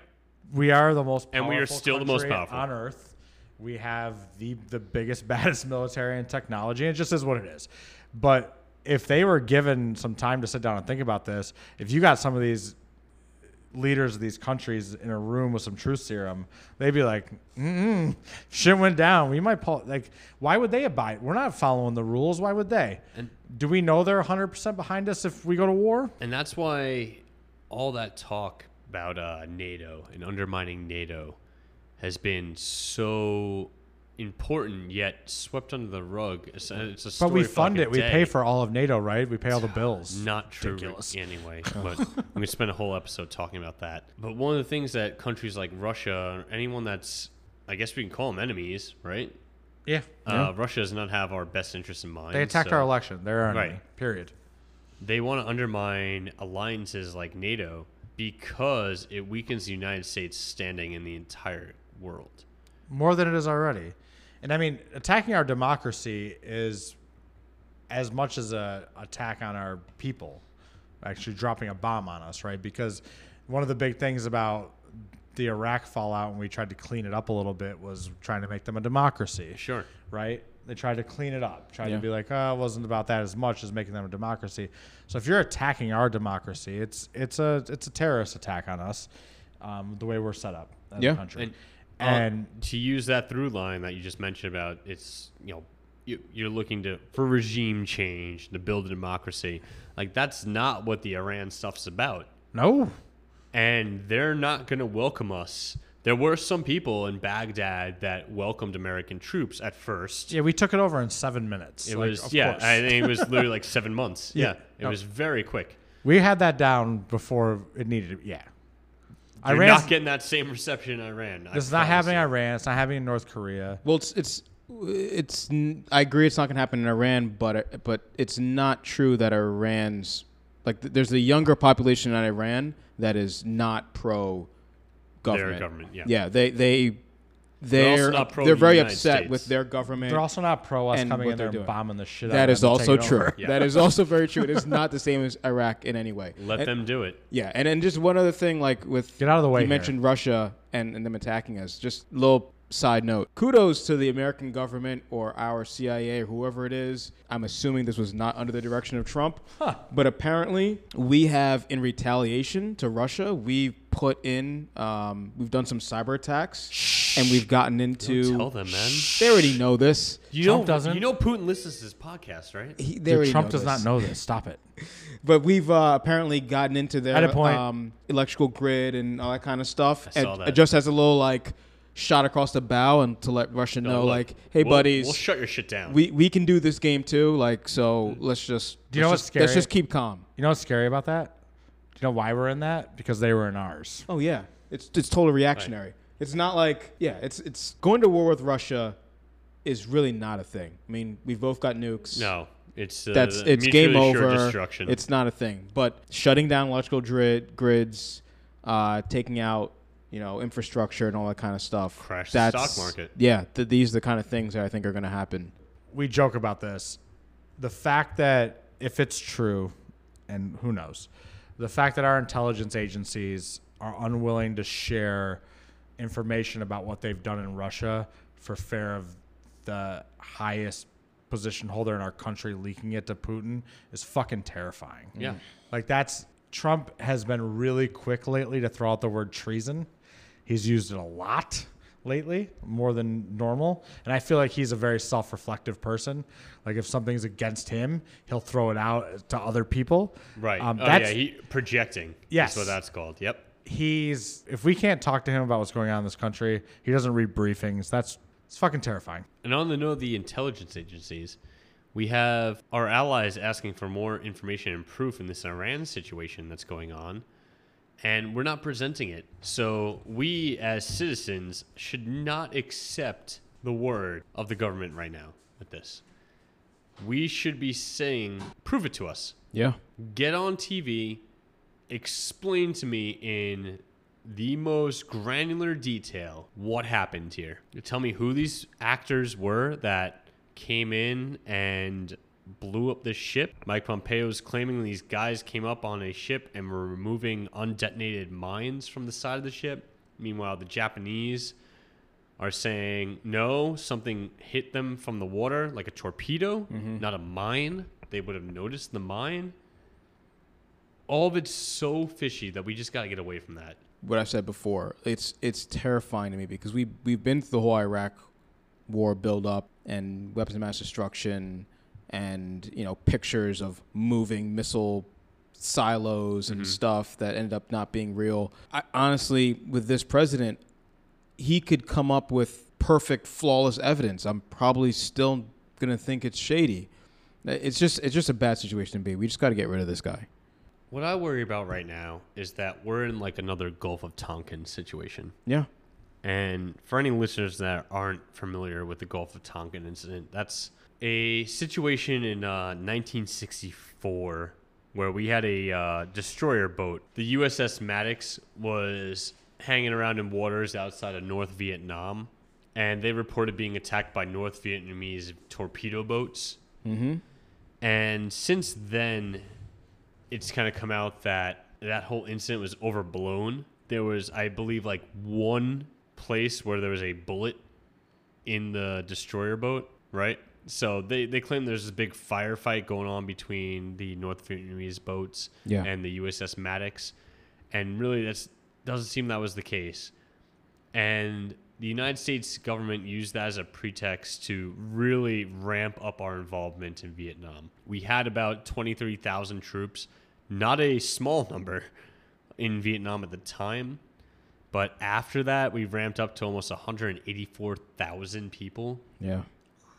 B: we are the most
A: And we are
B: powerful
A: still the most
B: country
A: powerful.
B: on earth. We have the the biggest, baddest military and technology. It just is what it is. But if they were given some time to sit down and think about this, if you got some of these leaders of these countries in a room with some truth serum, they'd be like, Mm-mm, "Shit went down. We might pull." Like, why would they abide? We're not following the rules. Why would they?
A: And-
B: Do we know they're 100% behind us if we go to war?
A: And that's why all that talk about uh, NATO and undermining NATO has been so important, yet swept under the rug. It's, it's a
B: But
A: story
B: we
A: for
B: fund
A: like
B: it.
A: a
B: We
A: day.
B: pay for all of NATO, right? We pay all the bills.
A: Not true
B: Ridiculous.
A: anyway, but I'm going to spend a whole episode talking about that. But one of the things that countries like Russia, or anyone that's, I guess we can call them enemies, right?
B: Yeah.
A: Uh, Russia does not have our best interests in mind.
B: They attacked
A: so-
B: our election. They're our enemy.
A: Right.
B: Period.
A: they want to undermine alliances like NATO because it weakens the United States standing in the entire world.
B: More than it is already. And I mean, attacking our democracy is as much as a attack on our people, actually dropping a bomb on us, right? Because one of the big things about the Iraq fallout when we tried to clean it up a little bit was trying to make them a democracy.
A: Sure.
B: right? They tried to clean it up, tried
C: Yeah.
B: to be like, oh, it wasn't about that as much as making them a democracy. So if you're attacking our democracy, it's it's a it's a terrorist attack on us, um, the way we're set up as
C: Yeah.
B: a country.
A: And-
B: And,
A: Uh, to use that through line that you just mentioned about it's you know you, you're looking to for regime change to build a democracy like that's not what the Iran stuff's about
B: no,
A: and they're not going to welcome us. There were some people in Baghdad that welcomed American troops at first.
B: yeah, we took it over in seven minutes.
A: It
B: Like,
A: was
B: of
A: yeah,
B: course.
A: I think it was literally like 7 months. Yeah,
B: Yeah. Oh.
A: it was very quick.
B: we had that down before it needed. to Yeah,
A: You're
B: Iran's-
A: not getting that same reception in Iran. I
B: This is not
A: promise
B: happening in
A: you.
B: Iran. It's not happening in North Korea.
C: Well, it's it's it's. n- I agree. It's not going to happen in Iran, but but it's not true that Iran's like. th- There's a younger population in Iran that is not pro government.
A: government, yeah.
C: Yeah. They they
A: They're
C: they're
A: also
C: they're,
A: not pro the
C: very
A: United
C: upset
A: States.
C: with their government.
B: They're also not pro us
C: And
B: coming
C: what
B: in there
C: they're
B: and
C: doing.
B: bombing the shit. out
C: that
B: of
C: is
B: them and
C: also
B: taking
C: true.
B: over.
A: Yeah.
C: That is also very true. It is not the same as Iraq in any way.
A: Let
C: And-
A: them do it.
C: Yeah, and, and just one other thing, like with
B: Get out of the way
C: You
B: here.
C: mentioned Russia and, and them attacking us. Just little side note. Kudos to the American government or our CIA or whoever it is. I'm assuming this was not under the direction of Trump, but apparently we have, in retaliation to Russia, we've put in, um, we've done some cyber attacks, and we've gotten into.
A: Tell them, man.
C: They already know this.
A: You
B: Trump
A: know,
B: doesn't.
A: You know, Putin listens to this podcast, right?
C: He, they
B: Dude,
C: already
B: Trump
C: know
B: does not
C: this.
B: know this. Stop it.
C: But we've uh, apparently gotten into their
B: At a point.
C: Um, electrical grid and all that kind of stuff.
A: I saw
C: and
A: that.
C: Just as a little like shot across the bow and to let Russia know,
A: look,
C: like, hey,
A: we'll-
C: buddies,
A: we'll shut your shit down.
C: we we can do this game too. Like, so let's just
B: Do you know
C: let's
B: what's
C: just, Let's
B: scary?
C: just keep calm.
B: You know what's scary about that? Do you know why we're in that? Because they were in ours.
C: Oh yeah, it's it's totally reactionary. It's not like yeah, it's it's going to war with Russia is really not a thing. I mean, we've both got nukes.
A: no, it's uh,
C: that's it's game
A: mutually assured
C: over.
A: Destruction.
C: It's not a thing. But shutting down electrical grid grids, uh, taking out you know infrastructure and all that kind of stuff.
A: Crash the
C: that's,
A: stock market.
C: Yeah, th- these are the kind of things that I think are going to happen.
B: we joke about this. The fact that if it's true, and who knows, the fact that our intelligence agencies are unwilling to share information about what they've done in Russia for fear of the highest position holder in our country leaking it to Putin is fucking terrifying.
A: Yeah.
B: Like that's Trump has been really quick lately to throw out the word treason. He's used it a lot lately, more than normal. And I feel like he's a very self reflective person. Like if something's against him, he'll throw it out to other people.
A: right.
B: Um,
A: oh,
B: that's
A: yeah, he, projecting.
B: Yes.
A: That's what that's called. Yep.
B: he's if we can't talk to him about what's going on in this country, he doesn't read briefings. That's it's fucking terrifying.
A: And on the note of the intelligence agencies, we have our allies asking for more information and proof in this Iran situation that's going on, and we're not presenting it. So we, as citizens, should not accept the word of the government right now with this. We should be saying, prove it to us.
C: Yeah.
A: Get on TV, explain to me in the most granular detail what happened here. Tell me who these actors were that came in and blew up this ship. Mike Pompeo's claiming these guys came up on a ship and were removing undetonated mines from the side of the ship. Meanwhile, the Japanese are saying no, something hit them from the water like a torpedo, not a mine. They would have noticed the mine. All of it's so fishy that we just got to get away from that.
C: what I said before. It's it's terrifying to me because we we've been through the whole Iraq war buildup and weapons of mass destruction and you know pictures of moving missile silos and stuff that ended up not being real. I, honestly, with this president, he could come up with perfect, flawless evidence. I'm probably still gonna think it's shady. It's just it's just a bad situation to be. We just got to get rid of this guy.
A: What I worry about right now is that we're in like another Gulf of Tonkin situation.
C: Yeah.
A: And for any listeners that aren't familiar with the Gulf of Tonkin incident, that's a situation in uh, 1964 where we had a uh, destroyer boat. The USS Maddox was hanging around in waters outside of North Vietnam, and they reported being attacked by North Vietnamese torpedo boats. Mm-hmm. And since then, it's kind of come out that that whole incident was overblown. There was, I believe, like one place where there was a bullet in the destroyer boat, right? So they, they claim there's this big firefight going on between the North Vietnamese boats
C: Yeah.
A: and the USS Maddox. And really, that's doesn't seem that was the case. And the United States government used that as a pretext to really ramp up our involvement in Vietnam. We had about 23,000 troops, not a small number in Vietnam at the time. But after that, we ramped up to almost 184,000 people.
C: Yeah.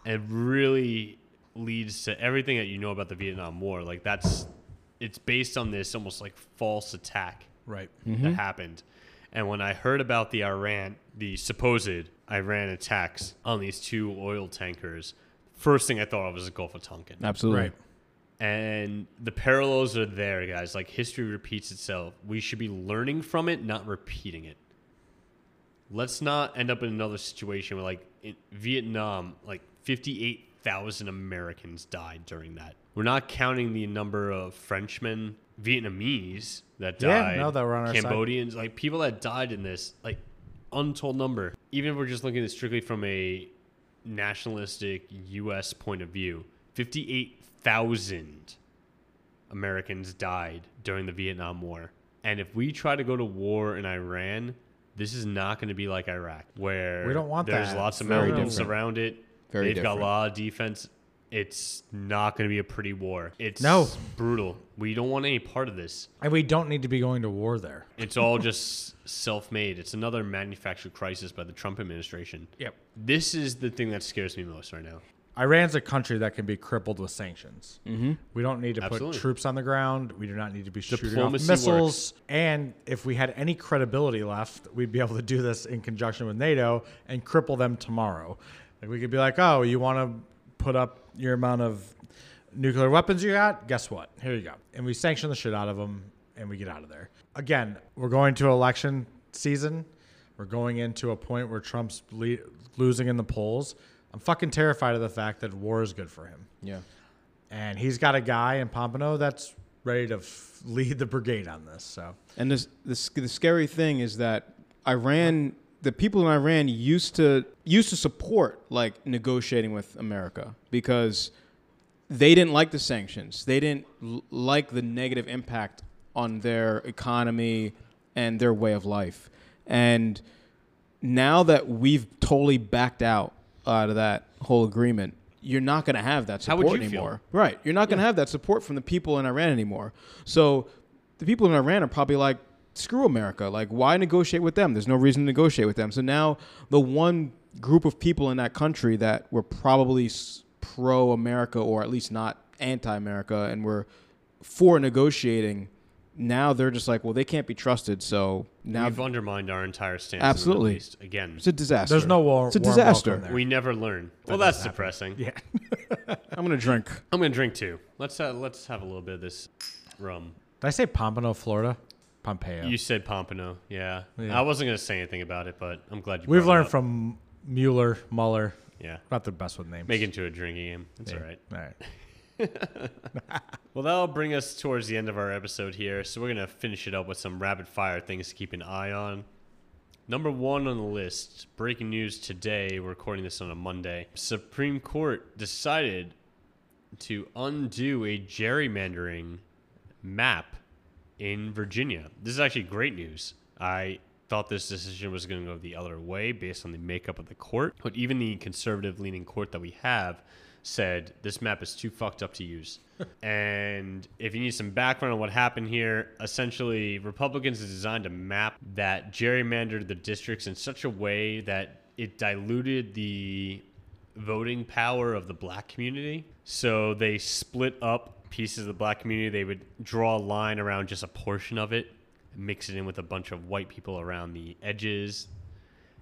A: It really leads to everything that you know about the Vietnam War. Like, that's it's based on this almost like false attack
B: Right.
A: that happened. And when I heard about the Iran, the supposed Iran attacks on these two oil tankers, first thing I thought of was the Gulf of Tonkin.
C: Absolutely.
B: Right.
A: And the parallels are there, guys. Like history repeats itself. We should be learning from it, not repeating it. Let's not end up in another situation where, like, in Vietnam, like 58,000 Americans died during that. We're not counting the number of Frenchmen, Vietnamese that
B: Yeah,
A: died,
B: no, that were on our side.
A: Cambodians, like people that died in this, like, untold number. Even if we're just looking at it strictly from a nationalistic U.S. point of view, 58,000 Americans died during the Vietnam War. And if we try to go to war in Iran, this is not going to be like Iraq, where
B: We don't want
A: there's
B: that.
A: lots of
B: Very
A: mountains
B: different.
A: around it.
C: Very
A: They've
C: different.
A: got a lot of defense. It's not going to be a pretty war. It's
B: No.
A: brutal. We don't want any part of this.
B: And we don't need to be going to war there.
A: It's all just self-made. It's another manufactured crisis by the Trump administration.
B: Yep.
A: This is the thing that scares me most right now.
B: Iran's a country that can be crippled with sanctions. Mm-hmm. We don't need to
A: Absolutely.
B: put troops on the ground. We do not need to be shooting
A: Diplomacy
B: off missiles. And if we had any credibility left, we'd be able to do this in conjunction with NATO and cripple them tomorrow. Like we could be like, oh, you want to put up your amount of nuclear weapons you got? Guess what? Here you go. And we sanction the shit out of them and we get out of there. Again, we're going to election season. We're going into a point where Trump's le- losing in the polls. I'm fucking terrified of the fact that war is good for him.
C: Yeah.
B: And he's got a guy in Pompano that's ready to f- lead the brigade on this. So,
C: And this, this the scary thing is that Iran, the people in Iran used to used to support like negotiating with America because they didn't like the sanctions. They didn't l- like the negative impact on their economy and their way of life. And now that we've totally backed out out of that whole agreement, you're not going to have that
A: How
C: support
A: would you feel?
C: anymore. Right. You're not going to have that support from the people in Iran anymore. So the people in Iran are probably like, screw America. Like, why negotiate with them? There's no reason to negotiate with them. So now the one group of people in that country that were probably pro America or at least not anti America and were for negotiating, now they're just like, well, they can't be trusted. So now
A: We've undermined our entire stance. In the
C: Absolutely.
A: Middle East again.
C: it's a disaster.
B: There's no war-
C: It's a
B: warm welcome
C: disaster.
B: there.
A: We never learn. well, that's
B: doesn't
A: depressing.
B: happen. yeah.
C: I'm going to drink.
A: I'm gonna drink two. Let's have, let's have a little bit of this rum.
B: Did I say Pompano, Florida? Pompeo.
A: You said Pompano, yeah.
B: Yeah.
A: I wasn't gonna say anything about it, but I'm glad you.
B: We've
A: brought it
B: learned
A: up.
B: from Mueller, Mueller.
A: yeah.
B: Not the best with names.
A: Make it into a drinking game. That's
B: Yeah.
A: all right.
B: All right.
A: Well, that'll bring us towards the end of our episode here. So we're gonna finish it up with some rapid fire things to keep an eye on. Number one on the list, breaking news today. We're recording this on a Monday. Supreme Court decided to undo a gerrymandering map in Virginia. This is actually great news. I thought this decision was going to go the other way based on the makeup of the court, but even the conservative leaning court that we have said this map is too fucked up to use. and if you need some background on what happened here, essentially Republicans designed a map that gerrymandered the districts in such a way that it diluted the voting power of the black community. So they split up pieces of the black community. They would draw a line around just a portion of it, mix it in with a bunch of white people around the edges,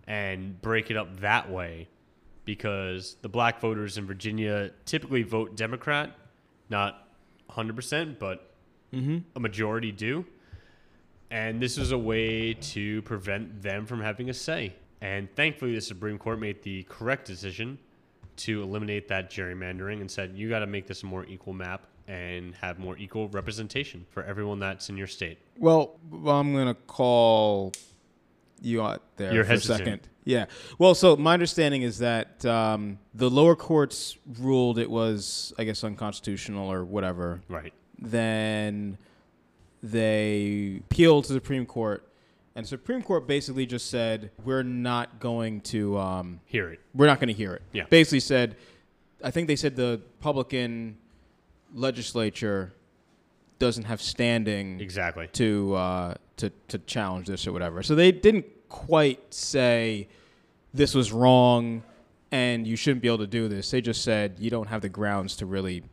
A: and break it up that way because the black voters in Virginia typically vote Democrat, not 100%, but a majority do. And this was a way to prevent them from having a say. And thankfully, the Supreme Court made the correct decision to eliminate that gerrymandering and said, you got to make this a more equal map and have more equal representation for everyone that's in your state.
C: Well, well, I'm gonna call you out there
A: You're
C: for
A: hesitant.
C: a second. Yeah. Well, so my understanding is that um, the lower courts ruled it was, I guess, unconstitutional or whatever.
A: Right.
C: Then they appealed to the Supreme Court, and the Supreme Court basically just said, "We're not going to." Um,
A: Hear it.
C: we're not going to hear it.
A: Yeah.
C: Basically said, I think they said the Republican legislature doesn't have standing
A: Exactly.
C: to uh, to to challenge this or whatever. So they didn't quite say this was wrong and you shouldn't be able to do this. They just said you don't have the grounds to really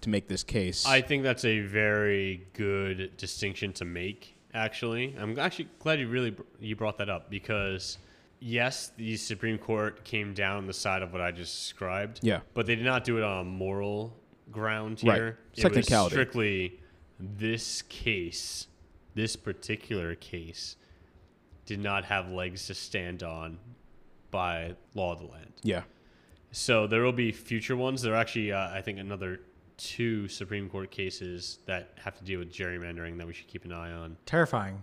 C: to make this case.
A: I think that's a very good distinction to make. Actually, I'm actually glad you really br- you brought that up because yes, the Supreme Court came down on the side of what I just described.
C: Yeah.
A: but they did not do it on a moral ground
C: Right.
A: here. It was
C: Technicality.
A: strictly this case, this particular case, did not have legs to stand on by law of the land.
C: yeah.
A: So there will be future ones. There are actually, uh, I think, another two Supreme Court cases that have to deal with gerrymandering that we should keep an eye on.
B: Terrifying.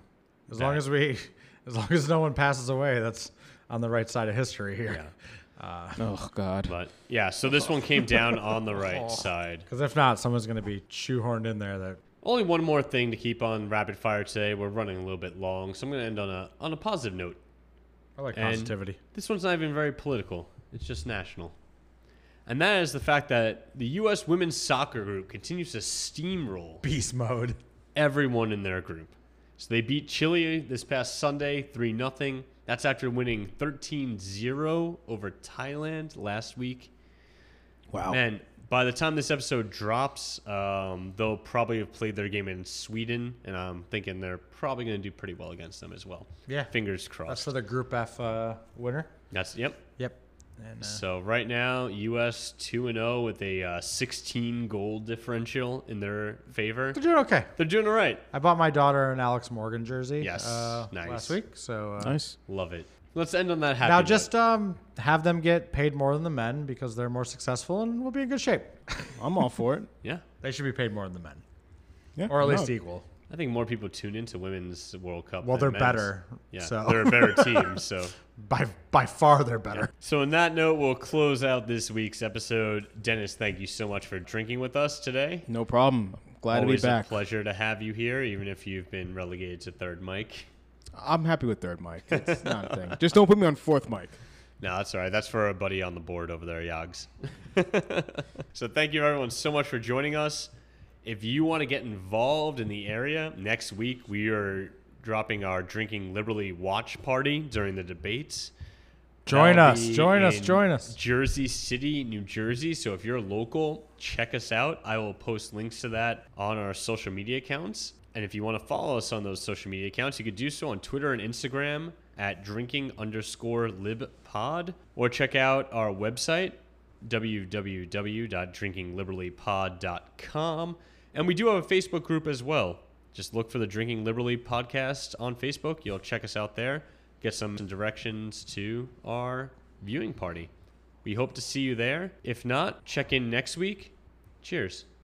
B: As long
A: Bad.
B: as we, as long as no one passes away, that's on the right side of history here.
C: Oh god.
A: But yeah, so this one came down on the right side.
B: Because if not, someone's going to be shoehorned in there. That
A: Only one more thing to keep on rapid fire today. We're running a little bit long, so I'm going to end on a on a positive note.
B: I like
A: And-
B: positivity.
A: This one's not even very political. It's just national. and that is the fact that the U.S. women's soccer group continues to steamroll
B: Beast mode.
A: everyone in their group. So they beat Chile this past Sunday 3 0. That's after winning 13 0 over Thailand last week.
C: Wow.
A: Man, by the time this episode drops, um, they'll probably have played their game in Sweden, and I'm thinking they're probably going to do pretty well against them as well.
B: Yeah.
A: Fingers
B: That's
A: crossed.
B: for the Group F uh, winner.
A: That's, yep.
B: Yep. And, uh,
A: So right now, U.S. two and zero with a uh, 16 goal differential in their favor.
B: they're doing okay.
A: They're doing all right.
B: I bought my daughter an Alex Morgan jersey.
A: Yes.
B: uh,
A: Nice.
B: Last week, so uh,
C: nice.
A: Love it. Let's end on that happy.
B: now
A: note.
B: just um, have them get paid more than the men because they're more successful and we'll be in good shape.
C: I'm all for it.
A: yeah.
B: they should be paid more than the men,
C: Yeah.
B: or at least
C: no.
B: equal.
A: I think more people tune into women's World Cup.
B: Well,
A: than
B: they're
A: men's.
B: better,
A: Yeah,
B: so.
A: they're a better team. So,
B: By by far, they're better.
A: so on that note, we'll close out this week's episode. Dennis, thank you so much for drinking with us today.
C: No problem. I'm glad
A: Always
C: to be back.
A: a pleasure to have you here, even if you've been relegated to third mic.
C: I'm happy with third mic. It's not a thing. Just don't put me on fourth mic.
A: No, that's all right. That's for our buddy on the board over there, Yogs. so thank you everyone so much for joining us. If you want to get involved in the area, next week we are dropping our Drinking Liberally watch party during the debates.
B: Join
A: That'll
B: us.
A: be
B: Join us.
A: in
B: Join us.
A: Jersey City, New Jersey. So if you're local, check us out. I will post links to that on our social media accounts. And if you want to follow us on those social media accounts, you could do so on Twitter and Instagram at drinking underscore lib pod, or check out our website, www.drinkingliberallypod.com. And we do have a Facebook group as well. Just look for the Drinking Liberally podcast on Facebook. You'll check us out there, get some directions to our viewing party. We hope to see you there. If not, check in next week. Cheers.